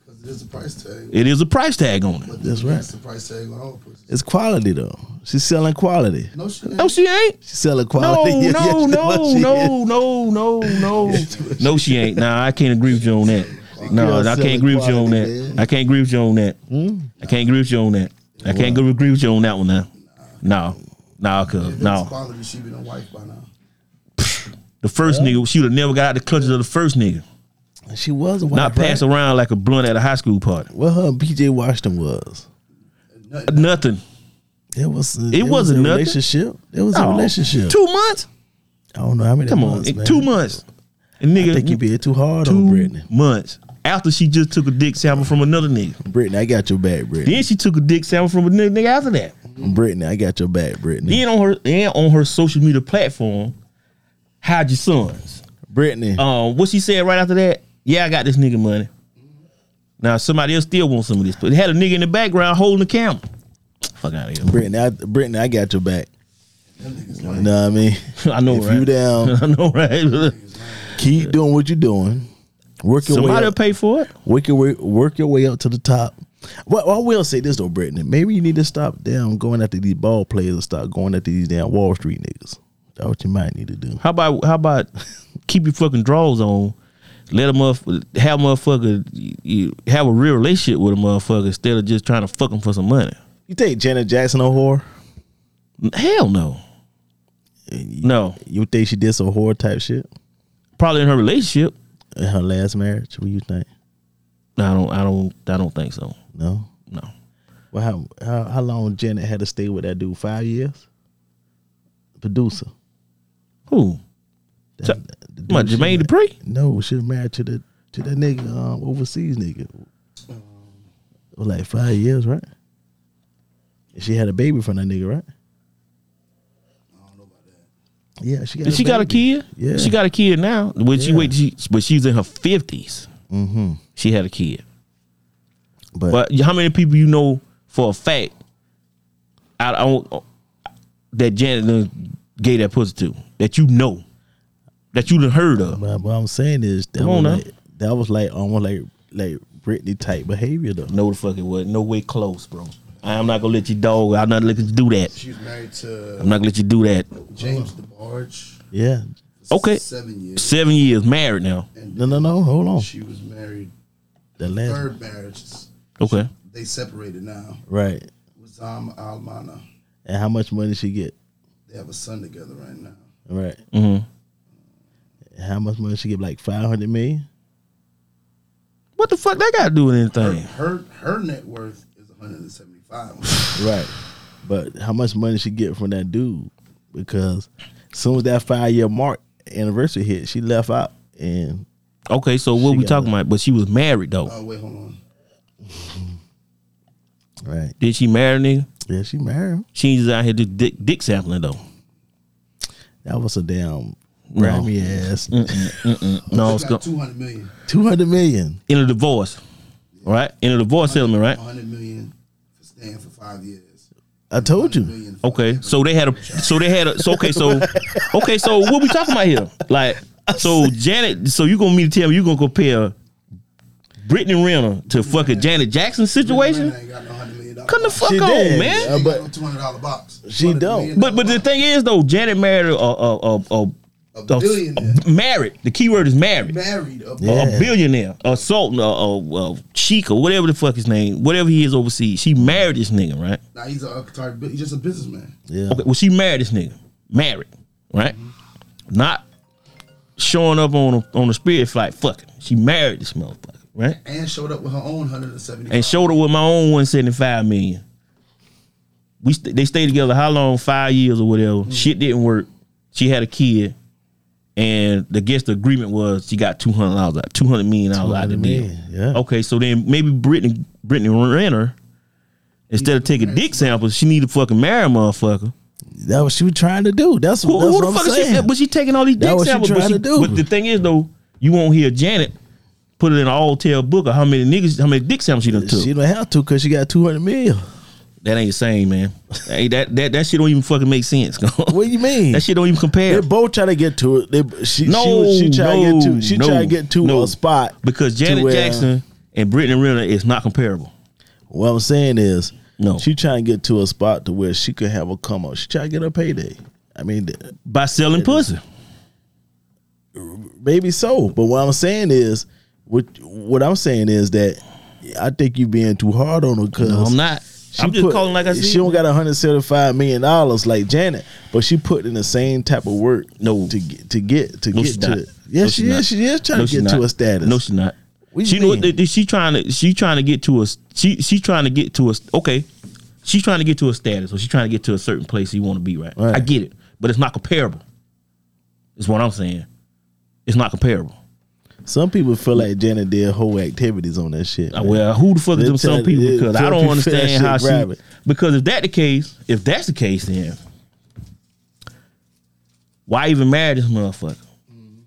Because there's a price tag.
It is a price tag on it.
But
That's right.
It's a price tag on all pussies.
It's quality though. She's selling quality.
No shit.
No, she ain't.
She's selling
No,
quality. Yeah,
no,
yeah,
no,
she is.
no, no, no, no. No, she ain't. Nah, I can't agree with you on that. No,
Girl
I
selling
can't agree with you on
quality,
that.
man. Hmm?
I can't agree with you on that. I can't agree with you on that. I can't go- agree with you on that one now. No, no,
If
cuz
it was
no.
quality, she been a wife by now.
The first nigga, she would have never got out the clutches of the first nigga.
She was a white.
Not pass around like a blunt at a high school party.
What her and PJ Washington was.
Nothing.
Nothing.
It was. It, was a
wasn't nothing.
relationship. It was a
No.
relationship.
Two months?
I don't know how many.
Come on,
months,
it-
man.
two months. And
I think you
nigga,
being too hard on
two
Brittany.
months after she just took a dick sample from another nigga.
Brittany, I got your back, Brittany.
Then she took a dick sample from a nigga nigga after that.
Brittany, I got your back, Brittany.
Then on her and on her social media platform, hide your sons.
Brittany,
Um, what she said right after that? Yeah, I got this nigga money. Now somebody else still wants some of this, but it had a nigga in the background holding the camera. Fuck out of
Brittany, I, Brittany, I got your back.
Them niggas
You
like,
know what I mean?
here. I know,
If
right?
you down,
I know, right?
keep doing what you're doing. Work your way
Somebody will
up.
pay for it.
Work your way, work your way up to the top. Well, I will say this though, Brittany. Maybe you need to stop damn going after these ball players and start going after these damn Wall Street niggas. That's what you might need to do.
How about how about keep your fucking draws on? Let a motherfucker have a motherfucker you- you have a real relationship with a motherfucker instead of just trying to fuck him for some money.
You think Janet Jackson a whore?
Hell no.
And you,
No,
You think she did some horror type shit
probably in her relationship.
in her last marriage? What you think?
No, I don't. I don't. I don't think so.
No.
No,
Well, how how, how long Janet had to stay with that dude? Five years. Producer.
who?
That-
So-
that- the
My
dude she
Jermaine
ma-
Dupri.
No, she was married to the to that nigga um, overseas nigga. It was like five years, right? And she had a baby from that nigga, right? Yeah, she got.
Did she got a kid?
Yeah.
she got a kid now. When she
Yeah.
wait, she but she's in her fifties.
Mm-hmm.
She had a kid.
But,
But how many people you know for a fact? I don't that Janet done gave that pussy to that you know that you done heard of.
but what I'm saying is that
Come
was
on now.
like, that was like almost like like Britney type behavior though.
No, the fuck it was no way close, bro. I- I'm not gonna let you dog. I'm not gonna let you do that.
She was married
I'm
to
not gonna let you do that.
James DeBarge.
Yeah.
for
Okay.
Seven years.
Seven years married now.
And
No, no, no. Hold on.
She was married.
The last
Third marriage.
Okay,
They separated now.
right.
Was Zam Almana.
And how much money she get?
They have a son together right now.
Right.
Mhm.
And how much money she get? Like five hundred million.
what the fuck that got to do with
Her
anything?
her, her net worth is 175.
Right. But how much money she get from that dude? Because as soon as that five year mark anniversary hit, she left out and
Okay, so what
She
we
got
talking about? But she was married though.
oh wait, hold on.
right.
Did she marry a nigga?
Yeah, she married. him.
She just out here do dick, dick sampling though.
That was a damn
No.
grimy ass
No, Oh, it's go-
She got 200 million.
two hundred million.
in a divorce, right? In a divorce settlement, right?
100 million for staying for five years.
I told you.
Million for-
Okay, so they had a, so they had a, so okay, so, okay, so what we talking about here? Like, so Janet, so you gonna mean to tell me you gonna compare Brittany Renner to fucking Janet Jackson situation?
Ain't got no $100 million.
Come the fuck
She
on,
did.
man.
Uh,
She
but-
got no two hundred dollar box.
She
$200
don't.
million
But but the thing is though, Janet married a a a, a,
A billionaire.
a- married. The key word is married.
married a
Yeah.
a billionaire, a Sultan, a, a, a Chica, whatever the fuck his name, whatever he is overseas. She married this nigga, right?
Now he's a sorry, bu- he's just a businessman.
Yeah.
Okay, well, she married this nigga, married, right?
Mm-hmm.
Not showing up on a, on a spirit flight, fucking. She married this motherfucker, right?
And showed up with her own hundred and seventy.
And showed her with my own one seventy five million. We st- they stayed together how long? Five years or whatever.
Mm-hmm.
Shit didn't work. She had a kid, and the guess the agreement was she got two hundred dollars out, two hundred million dollars out of the deal.
million, yeah.
Okay, so then maybe Brittany Brittany Renner, instead of taking dick samples, she need to fucking marry a motherfucker.
That was she was trying to do. That's
Who,
what, that's
who
what
the
I'm
fuck is
saying.
she? But she taking all these
That
dick
what she
samples. but,
trying to do.
but the thing is though, you won't hear Janet put it in an all tale book of how many niggas, how many dick samples she done took.
she don't have to because she got two hundred million.
that ain't the same, man. hey, that that that shit don't even fucking make sense.
What do you mean?
that shit don't even compare.
They both try to get to it. They, she,
No,
she, was- she try to
no,
get to she
no,
try to get to
no.
a spot
Because
to
Janet
where-
Jackson and Brittany Renner is not comparable.
What I'm saying is,
No.
she trying to get to a spot to where she could have a come up. She trying to get her payday. I mean, th-
By selling pussy.
maybe so, but what I'm saying is, what what I'm saying is that I think you being too hard on her because
No, I'm not. I'm just calling like I said.
She don't got 175 million dollars like Janet, but she put in the same type of work.
No.
to get to get to
No,
get
she
to
not.
it. Yes,
No,
she,
she not.
is. She is trying
No,
to
she
get to
not.
a status.
No, she's not.
What you
she know
mean?
that- that she trying to she trying to get to a she she trying to get to a okay. She's trying to get to a status, or she's trying to get to a certain place you want to be, right?
Right.
I get it, but it's not comparable. Is what I'm saying. It's not comparable.
Some people feel like Janet did whole activities on that shit.
Uh,
man.
Well, who the fuck
They
is them some
tell-
people?
they
Because I
tell
don't
people that shit
understand how she.
private.
Because if that the case, if that's the case, then why even marry this motherfucker?
Mm-hmm.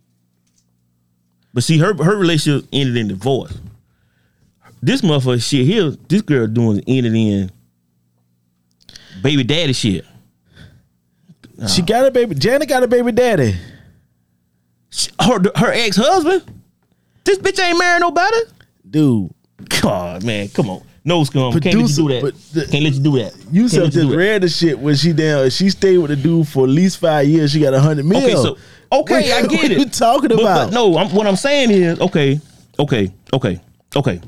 But see, her her relationship ended in divorce. This motherfucker shit here, this girl doing ended in baby daddy shit.
She got a baby. Janet got a baby daddy.
She- Her her ex husband. This bitch ain't married nobody.
Dude,
God man, come on, no scum. Can't let you
Producer,
do that.
but the-
Can't let you do that.
you
Can't
just
let do that.
read the shit when she down. She stayed with the dude for at least five years. She got a hundred mil.
Okay, so okay,
What-
I get
what
it.
you talking
But-
about?
But no, I'm, what I'm saying is okay, okay, okay, okay.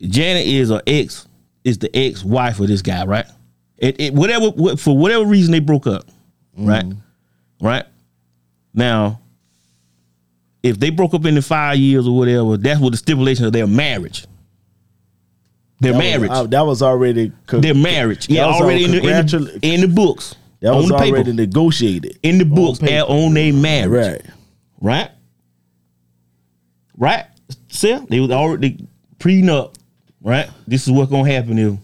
Janet is a ex, is the ex wife of this guy, right? It, it whatever what, for whatever reason they broke up,
Mm.
right? Right. Now, if they broke up in the five years or whatever, that's what the stipulation of their marriage. Their marriage.
Was, uh, that was already co-
their marriage. Yeah,
was
already in the, in, the,
congratul-
in the books.
that
on
was
the paper.
already negotiated.
in the books
paper.
and on their
Right.
marriage. Right? Right? Sir, they was already prenup, right? This is what's gonna happen if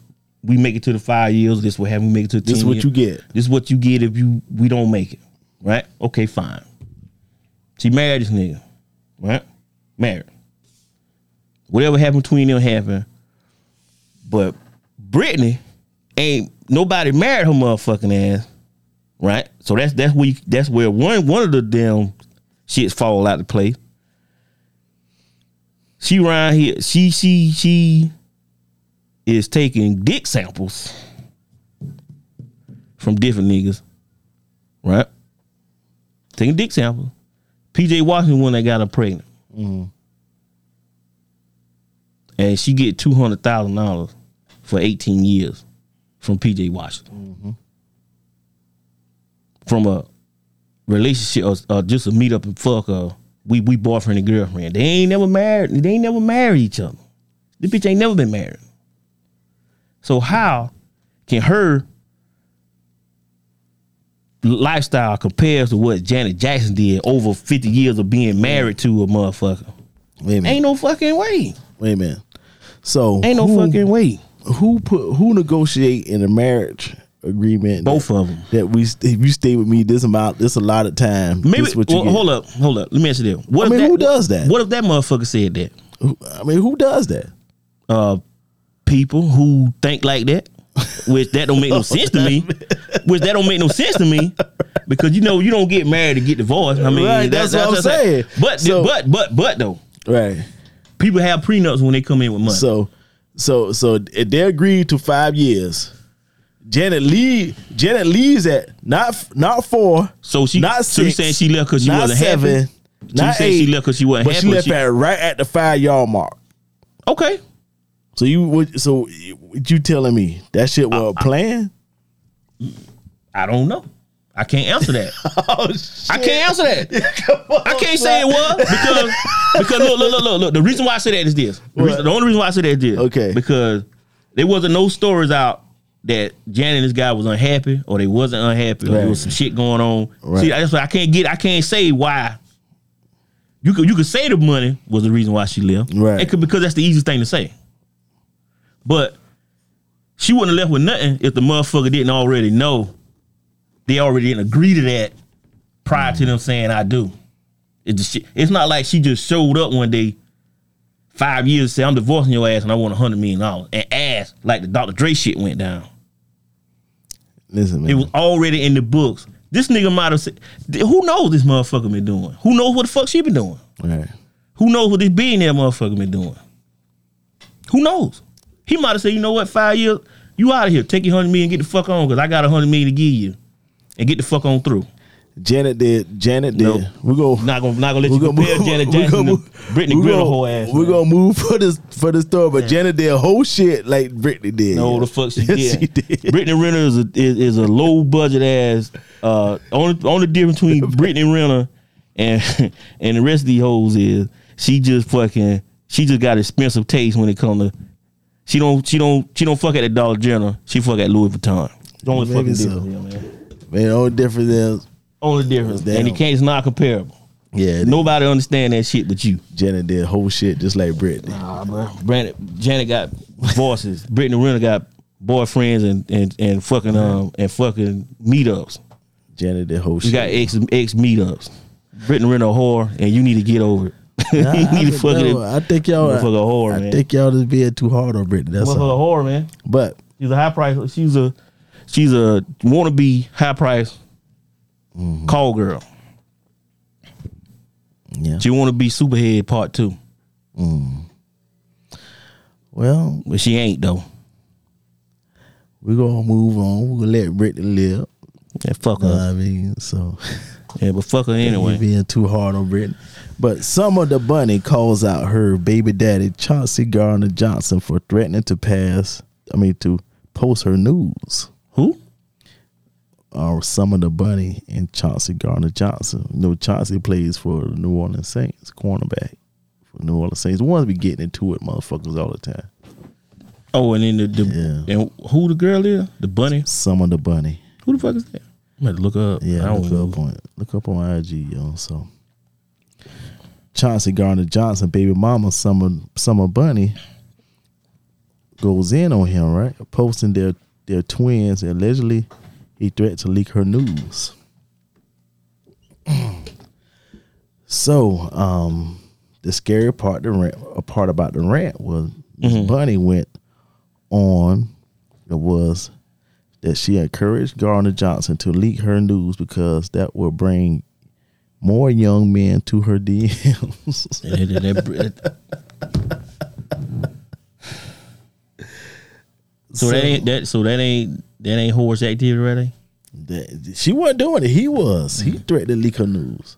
we make it to the five years, this will happen, we make it to the
This is
10
what
years.
you get.
This is what you get if you we don't make it. Right? Okay, fine. She married this nigga. Right? Married. Whatever happened between them happened. But Brittany ain't nobody married her motherfucking ass. Right? So that's that's where you, that's where one one of the damn shits fall out of place. She around here, she she she is taking dick samples from different niggas, right? Taking dick samples. PJ Washington one that got her pregnant, and she get two hundred thousand dollars for eighteen years from PJ Washington from a relationship or, or just a meet up and fuck. Or we we boyfriend and girlfriend. They ain't never married. They ain't never married each other. This bitch ain't never been married. So how can her lifestyle compares to what Janet Jackson did over 50 years of being married to a motherfucker.
Wait a minute.
Ain't no fucking way.
Wait a minute. So
Ain't no
who-
fucking way.
who put who negotiate in a marriage agreement
Both
that,
of them.
that we st- if you stay with me this amount this a lot of time
Maybe
this what you
well,
get.
hold up, hold up. Let me ask you this. What
I
if
mean, who does that?
What if that motherfucker said that?
Who- I mean who does that
Uh people who think like that. Which that don't make no sense to me. Which that don't make no sense to me. Because you know you don't get married to get divorced. I mean
Right, that's what I'm
just like-
saying.
But
So-
but but but though.
right
People have prenups when they come in with money.
so so so if they agreed to five years Janet leave Janet leaves at not f- not four
So she-
not
so you
six
saying she left 'cause she
not
wasn't happy?
seven
So you
not
saying
eight
she left because she wasn't
but
happy.
she
when
left at right at the five yard mark
okay.
so you what so what you telling me that shit was a plan
I don't know. I can't answer that.
oh shit.
I can't answer that. I can't say it was because because look look look look look. The reason why I say that is this. The, reason- the only reason why I say that is this.
Okay.
Because there wasn't no stories out that Janet and this guy was unhappy or they wasn't unhappy or there
Right.
was some shit going on.
Right.
See, that's why I can't get. I can't say why. You could you could say the money was the reason why she left.
Right.
It could, because that's the easiest thing to say. But she wouldn't have left with nothing if the motherfucker didn't already know. They already didn't agree to that prior to them saying I do. It just, she- it's not like she just showed up one day, five years, and said I'm divorcing your ass and I want a hundred million dollars and asked like the Dr. Dre shit went down.
listen man
It was already in the books. This nigga might have said, who knows this motherfucker been doing? Who knows what the fuck she been doing?
right.
Who knows what this billionaire motherfucker been doing? Who knows? He might have said, you know what, five years, you out of here. Take your hundred million, get the fuck on, cause I got a hundred million to give you, and get the fuck on through.
Janet did. Janet did.
Nope.
We go.
Not gonna, not gonna let
we
you
go
compare Janet
we
Jackson
gonna
to
move-
Brittany
we
Grill
gonna-
whole ass.
We
man.
gonna move for this for the story, but Janet did whole shit like Britney did.
No, the fuck she
Yes,
did.
she did.
Brittany Renner is a, is, is a low budget ass. Uh, only only difference between Brittany Renner and and the rest of these hoes is she just fucking she just got expensive taste when it comes to she don't she don't she don't fuck at the Dollar General. She fuck at Louis Vuitton. The only
Maybe
fucking
so.
difference, yeah, man.
Man, all different is
Only difference,
Damn.
and it can't it's not comparable.
yeah. No,
Nobody understand that shit but you.
Janet did whole shit just like Britney.
Brandon, Janet got voices. Brittany Renner got boyfriends and and and fucking um and fucking meetups.
Janet did whole
You
shit.
got ex ex meetups. Brittany Renner a whore, and you need to get over it.
Nah,
you
I,
need to
think-
fucking
no, I think y'all.
motherfucker whore,
I
man.
think y'all just being too hard on Britney. That's
motherfucker
all.
a whore, man.
But
She's a high price. She's a she's a wannabe high price
Mm-hmm.
call girl.
yeah.
She wanna be superhead part two,
Well,
but she ain't though.
we gonna move on. We gonna let Britney live.
Yeah, fuck
You know what
her.
I mean, so.
Yeah, but fuck her
You
anyway.
being too hard on Britney. But Summer the Bunny calls out her baby daddy Chauncey Gardner Johnson for threatening to pass, I mean to post her news.
Who?
uh, Summer the Bunny and Chauncey Gardner Johnson. You know, Chauncey plays for the New Orleans Saints, cornerback for New Orleans Saints. The ones be getting into it, motherfuckers, all the time.
Oh, and then the, the
Yeah.
and who the girl is? The bunny.
Summer the Bunny.
Who the fuck is that? I'm gonna look her up. I
Yeah,
don't
look
know.
up on look up on IG, yo. So Chauncey Garner Johnson, baby mama, summer summer bunny goes in on him, right? Posting their their twins allegedly he threatened to leak her news. so, um the scary part the rant, a part about the rant was Miss
Mm-hmm.
Bunny went on it was that she encouraged Garner Johnson to leak her news because that will bring more young men to her DMs.
And then that- that- so, that ain't that. So that ain't that ain't horse activity, right?
That- she wasn't doing it. He was. He threatened to leak her news.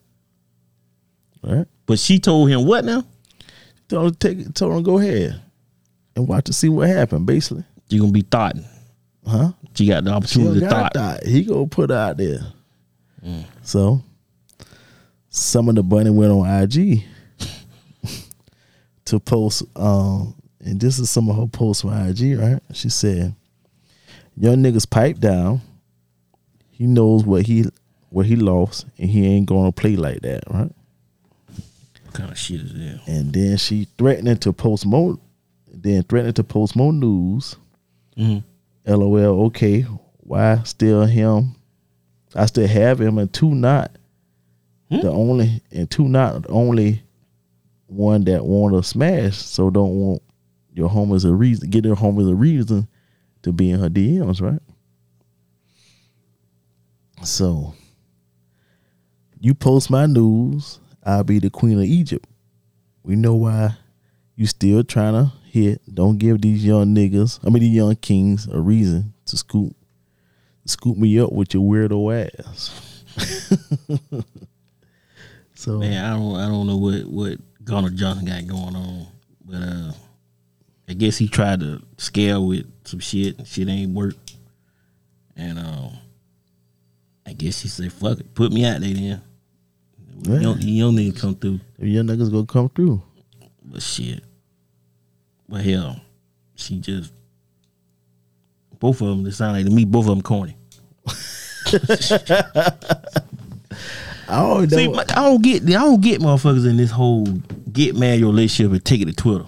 Right?
But she told him what now?
Told her, take, told her to go ahead and watch to see what happened, basically.
You gonna be thought,
Huh?
She got the
She
opportunity to
don't gotta
thought. Mm.
die. He gonna put her out there. So some of the bunny went on IG to post um and this is some of her posts on IG, right? She said, Young niggas pipe down. He knows what he what he lost and he ain't gonna play like that, right?
What kind of shit is that?
And then she threatening to post more then threatening to post more news. LOL, okay, why still him? I still have him and two not the only and two not the only one that wanna smash, so don't want your home as a reason get her home as a reason to be in her DMs, right? So you post my news, I'll be the queen of Egypt. We know why you still trying to hit. Don't give these young niggas, I mean these young kings, a reason to scoop scoop me up with your weirdo ass. so
Man, I don't I don't know what what Garner Johnson got going on, but uh, I guess he tried to scale with some shit. and Shit ain't work, and um, I guess he said, "Fuck it, put me out there then." You
Yeah.
don't, you don't need to come through,
them young niggas gonna come through.
but shit. But hell, she just both of them. It sound like to me, both of them corny.
I always
See,
know-
but I don't get I don't get motherfuckers in this whole get mad your relationship and take it to Twitter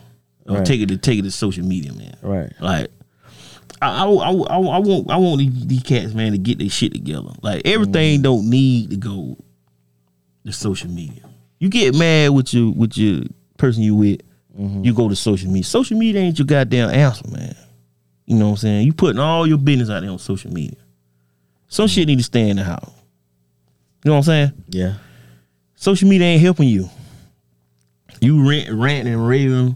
or
Right.
take it to take it to social media, man.
Right.
Like I I, I, I, I want I want these, these cats, man, to get their shit together. Like everything
Mm.
don't need to go to social media. You get mad with your with your person you with,
Mm-hmm.
you go to social media. Social media ain't your goddamn answer, man. You know what I'm saying? You putting all your business out there on social media. Some shit need to stay in the house. You know what I'm saying?
Yeah.
social media ain't helping you. You rant, rant and raving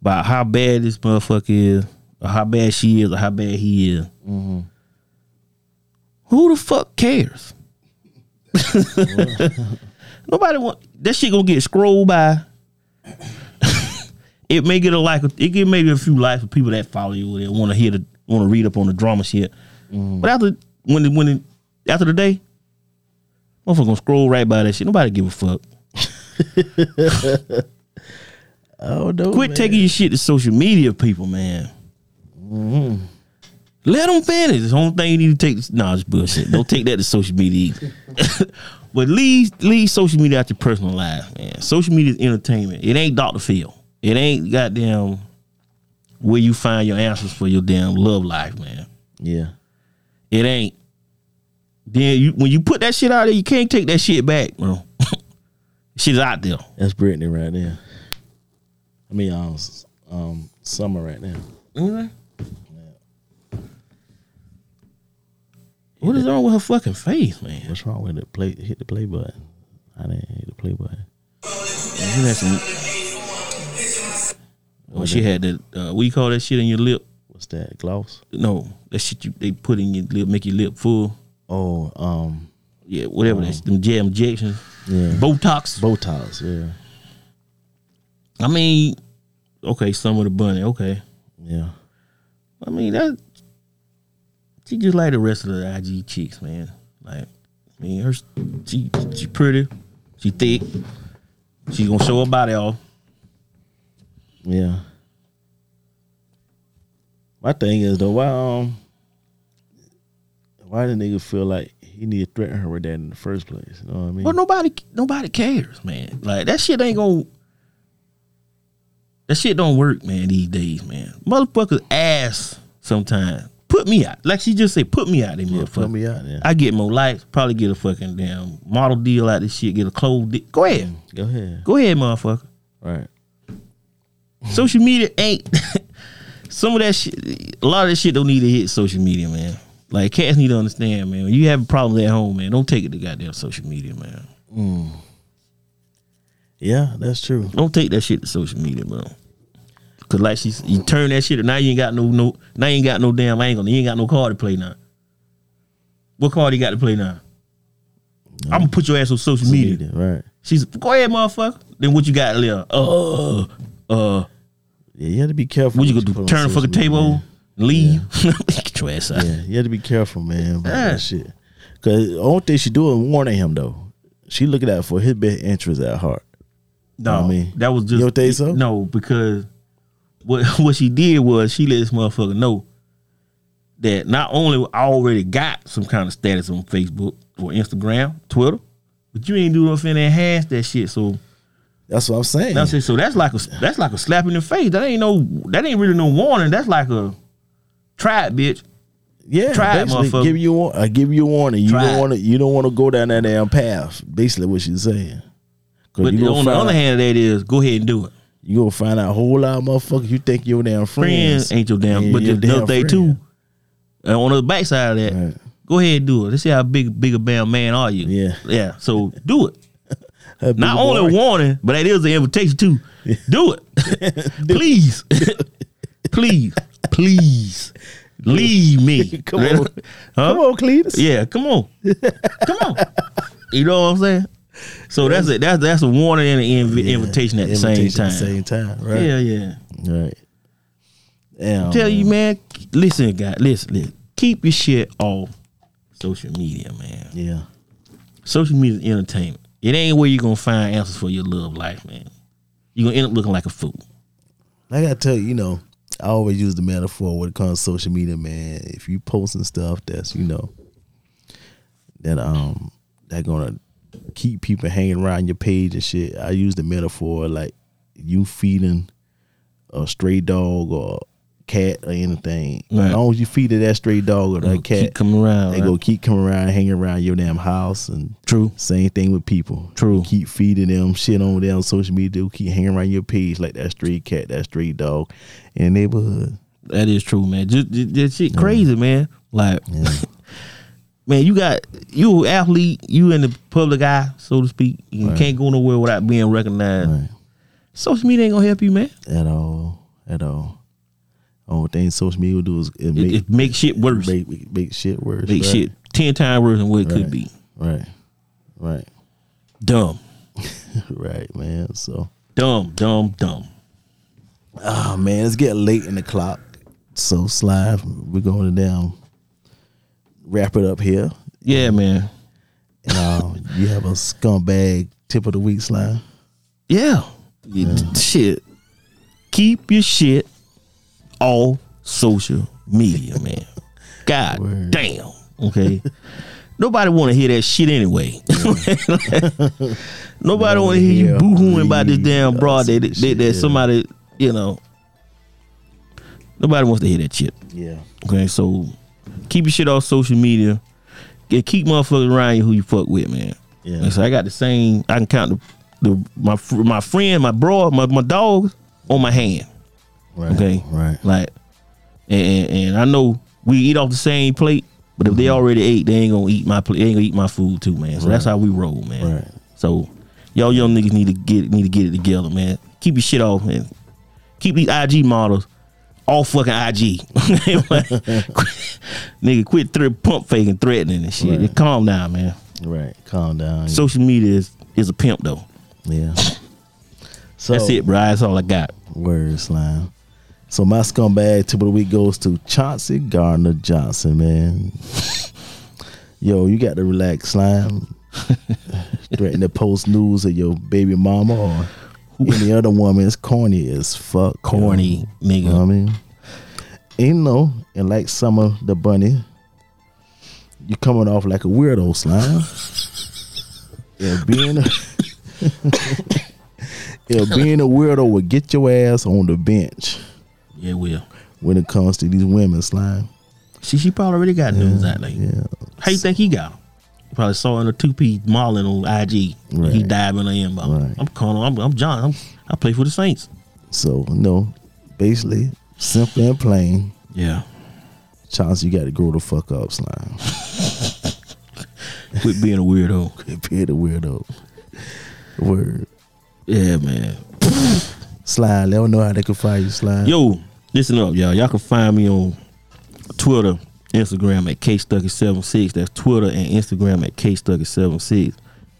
about how bad this motherfucker is, or how bad she is, or how bad he is. Who the fuck cares? Nobody want that shit gonna get scrolled by. it may get a like, it get maybe a few likes for people that follow you that want to hear the want to read up on the drama shit. But after when the, when the, after the day, Motherfucker gonna scroll right by that shit. Nobody give a fuck.
Oh no.
Quit
man.
taking your shit to social media, people, man. Let them finish. It's the only thing you need to take. Nah, it's bullshit. Don't take that to social media. either. but leave leave social media out your personal life, man. Social media is entertainment. It ain't Dr. Phil. It ain't goddamn where you find your answers for your damn love life, man.
Yeah.
It ain't. Then you when you put that shit out there, you can't take that shit back, bro. Shit's out there.
That's Brittany right there. I mean um, s- um summer right now.
What is wrong with her fucking face, man?
What's wrong with it? Play hit the play button. I didn't hit the play button.
You had some- When she had that, uh, what you call that shit in your lip?
What's that? Gloss?
No, that shit you they put in your lip, make your lip full.
Oh, um
Yeah, whatever that's them jam injections,
yeah.
Botox.
Botox, yeah.
I mean, okay, some of the bunny. Okay,
Yeah.
I mean that She just like the rest of the IG chicks, man. Like, I mean, her she she pretty, she thick, she gonna show her body off.
Yeah. My thing is though, why um why the nigga feel like he need to threaten her with that in the first place? You know what I mean?
But nobody nobody cares, man. Like that shit ain't gonna that shit don't work, man, these days, man. Motherfuckers ass sometimes. Put me out. Like she just said, put me out, they
Yeah,
motherfucker.
put me out there.
I get more likes, probably get a fucking damn model deal out this shit, get a clothes deal. Go ahead.
Go ahead.
Go ahead, motherfucker.
Right.
Social media ain't some of that shit a lot of that shit don't need to hit social media, man. Like cats need to understand, man. When you have problems at home, man, don't take it to goddamn social media, man.
Yeah, that's true.
Don't take that shit to social media, bro. Cause like she's you turn that shit and now you ain't got no no now you ain't got no damn angle. You ain't got no card to play now. What card you got to play now? I'm gonna put your ass on social media.
Right.
She's go ahead, motherfucker. Then what you got there? Uh uh
Yeah, you have to be careful.
what you gonna
you put
do?
on
Turn the
social
fucking
media,
table over?
man.
Leave. Get your ass out.
Yeah, you have to be careful, man, about
Yeah.
that shit. Cause the only thing she doing is warning him though. She looking out for his best interest at heart.
No,
Know what I mean?
that was just
You don't think so?
No, because what what she did was she let this motherfucker know that not only I already got some kind of status on Facebook or Instagram, Twitter, but you ain't do nothing to enhance that shit. So
That's what I'm saying.
that's it. So that's like a that's like a slap in the face. That ain't no that ain't really no warning. That's like a try it, bitch.
Yeah,
Try it,
basically
motherfucker.
give you wa- I give you a warning. You
Try
don't
it.
want to. You don't want to go down that damn path. Basically, what she's saying. Cause
But
you gonna
on the
find
other
out,
hand, of that is go ahead and do it.
you gonna find out a whole lot of motherfuckers you think your damn friends,
friends, ain't your damn.
ain't
but
your
the other thing
damn
too,
friend.
uh, on the backside of that,
Right.
go ahead and do it. Let's see how big big a damn man are you.
Yeah.
yeah. So do it.
That
Not
big
only a
boy.
warning, but it is an invitation too. Do it, please, please, please, leave me.
Come on.
Huh?
Come on, Cletus.
Yeah, come on, come on. You know what I'm saying? So that's it. That's that's a warning and an invi- invitation at the same
Invitation
time.
at the same time, right?
Yeah, yeah.
right. Damn,
tell you,
Oh, man.
man. Listen, guy. Listen, listen. Keep your shit off social media, man.
Yeah,
Social media is entertainment. It ain't where you're gonna find answers for your love life, man. You're gonna end up looking like a fool.
like I tell you, you know, I always use the metaphor when it comes to social media, man. If you posting stuff that's you know that um that gonna keep people hanging around your page and shit. I use the metaphor like you feeding a stray dog or cat or anything.
Right.
As long as you feed it that stray dog or that cat,
Keep coming around.
they
right?
go keep coming around, hanging around your damn house and
True.
Same thing with people.
True.
You keep feeding them shit on their social media. They'll keep hanging around your page like that street cat, that street dog in the neighborhood.
That is true, man. Just, just- that shit crazy, man. Like, man, you got you an athlete, you in the public eye, so to speak. You can't go nowhere without being recognized.
Right.
Social media ain't gonna help you, man.
At all. At all. Only thing social media will do is it
It,
make,
it makes shit worse. Make,
make, make, make shit worse. right?
shit ten times worse than what it could
Right.
be.
Right. Right.
Dumb.
Right, man. So
Dumb, dumb, dumb.
oh man, it's getting late in the clock. So slide. We're going to down wrap it up here.
Yeah, man.
And um, you have a scumbag tip of the week slide.
Yeah. You- Shit. Keep your shit off social media, man. God
Word.
damn. Okay. Nobody want to hear that shit anyway. Nobody want to hear you
Yeah,
boohooing about this damn
please,
broad that, that,
that's some
that
shit, yeah.
somebody, you know. Nobody wants to hear that shit.
Yeah.
Okay, so keep your shit off social media. Get keep motherfuckers around you who you fuck with, man.
Yeah.
And so I got the same. I can count the, the my fr- my friend, my bro, my my dog on my hand.
Right.
Okay,
Right.
Like, and, and and I know we eat off the same plate, but if they
Mm-hmm.
already ate, they ain't gonna eat my plate. They ain't gonna eat my food too, man. So that's how we roll, man.
Right.
So y'all young niggas need to get need to get it together, man. Keep your shit off, man. Keep these IG models all fucking IG. Nigga, quit thre- pump faking, threatening and shit.
Right.
Calm down, man.
Right. Calm down.
Social media is, is a pimp though.
yeah. So
That's it, bro. That's all I got.
Word slime. So my scumbag tip of the week goes to Chauncey Gardner Johnson, man. Yo, you got to relax, slime. Threaten to post news of your baby mama or any other woman is corny as fuck. yo.
Corny nigga.
You know what I mean? And you know, and like Summer the Bunny, you coming off like a weirdo, slime. yeah, being a, yeah, being a weirdo will get your ass on the bench
Yeah, will.
when it comes to these women, slime.
She she probably already got news out there.
Yeah.
How you think he got him? You probably saw in a two piece Marlin on IG. He
Right.
dived in the inbox.
Right.
I'm Connor. I'm, I'm John. I'm, I play for the Saints.
So no, basically, simple and plain,
Yeah.
Chauncey, you got to grow the fuck up, slime.
Quit being a weirdo.
Appear the weirdo. Word,
Yeah, man.
slime. They don't know how they can find you, slime.
Yo, listen up, y'all. Y'all can find me on Twitter, Instagram at KStucky76. That's Twitter and Instagram at KStucky76. You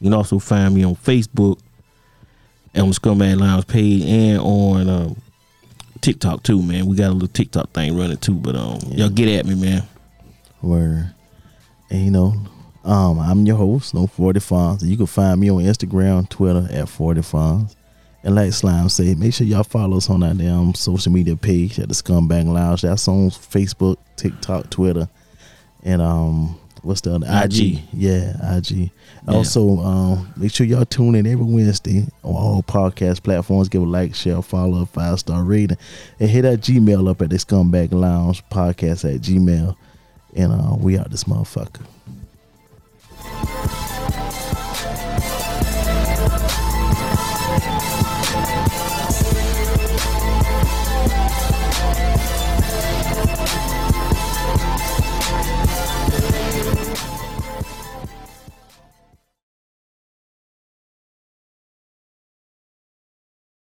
can also find me on Facebook and on the Scumbag Lounge page and on um, TikTok too, man. We got a little TikTok thing running too, but um, y'all get at me, man.
Where, and you know, um, I'm your host, No Forty Fonz. You can find me on Instagram, Twitter at Forty Fonz. And like Slime said, make sure y'all follow us on our damn social media page at the Scumbag Lounge. That's on Facebook, TikTok, Twitter, and um, what's the other
IG.
Yeah, IG.
Yeah.
Also, um, make sure y'all tune in every Wednesday on all podcast platforms. Give a like, share, follow, five star rating, and hit our Gmail up at the Scumbag Lounge Podcast at Gmail. And uh, we out this motherfucker.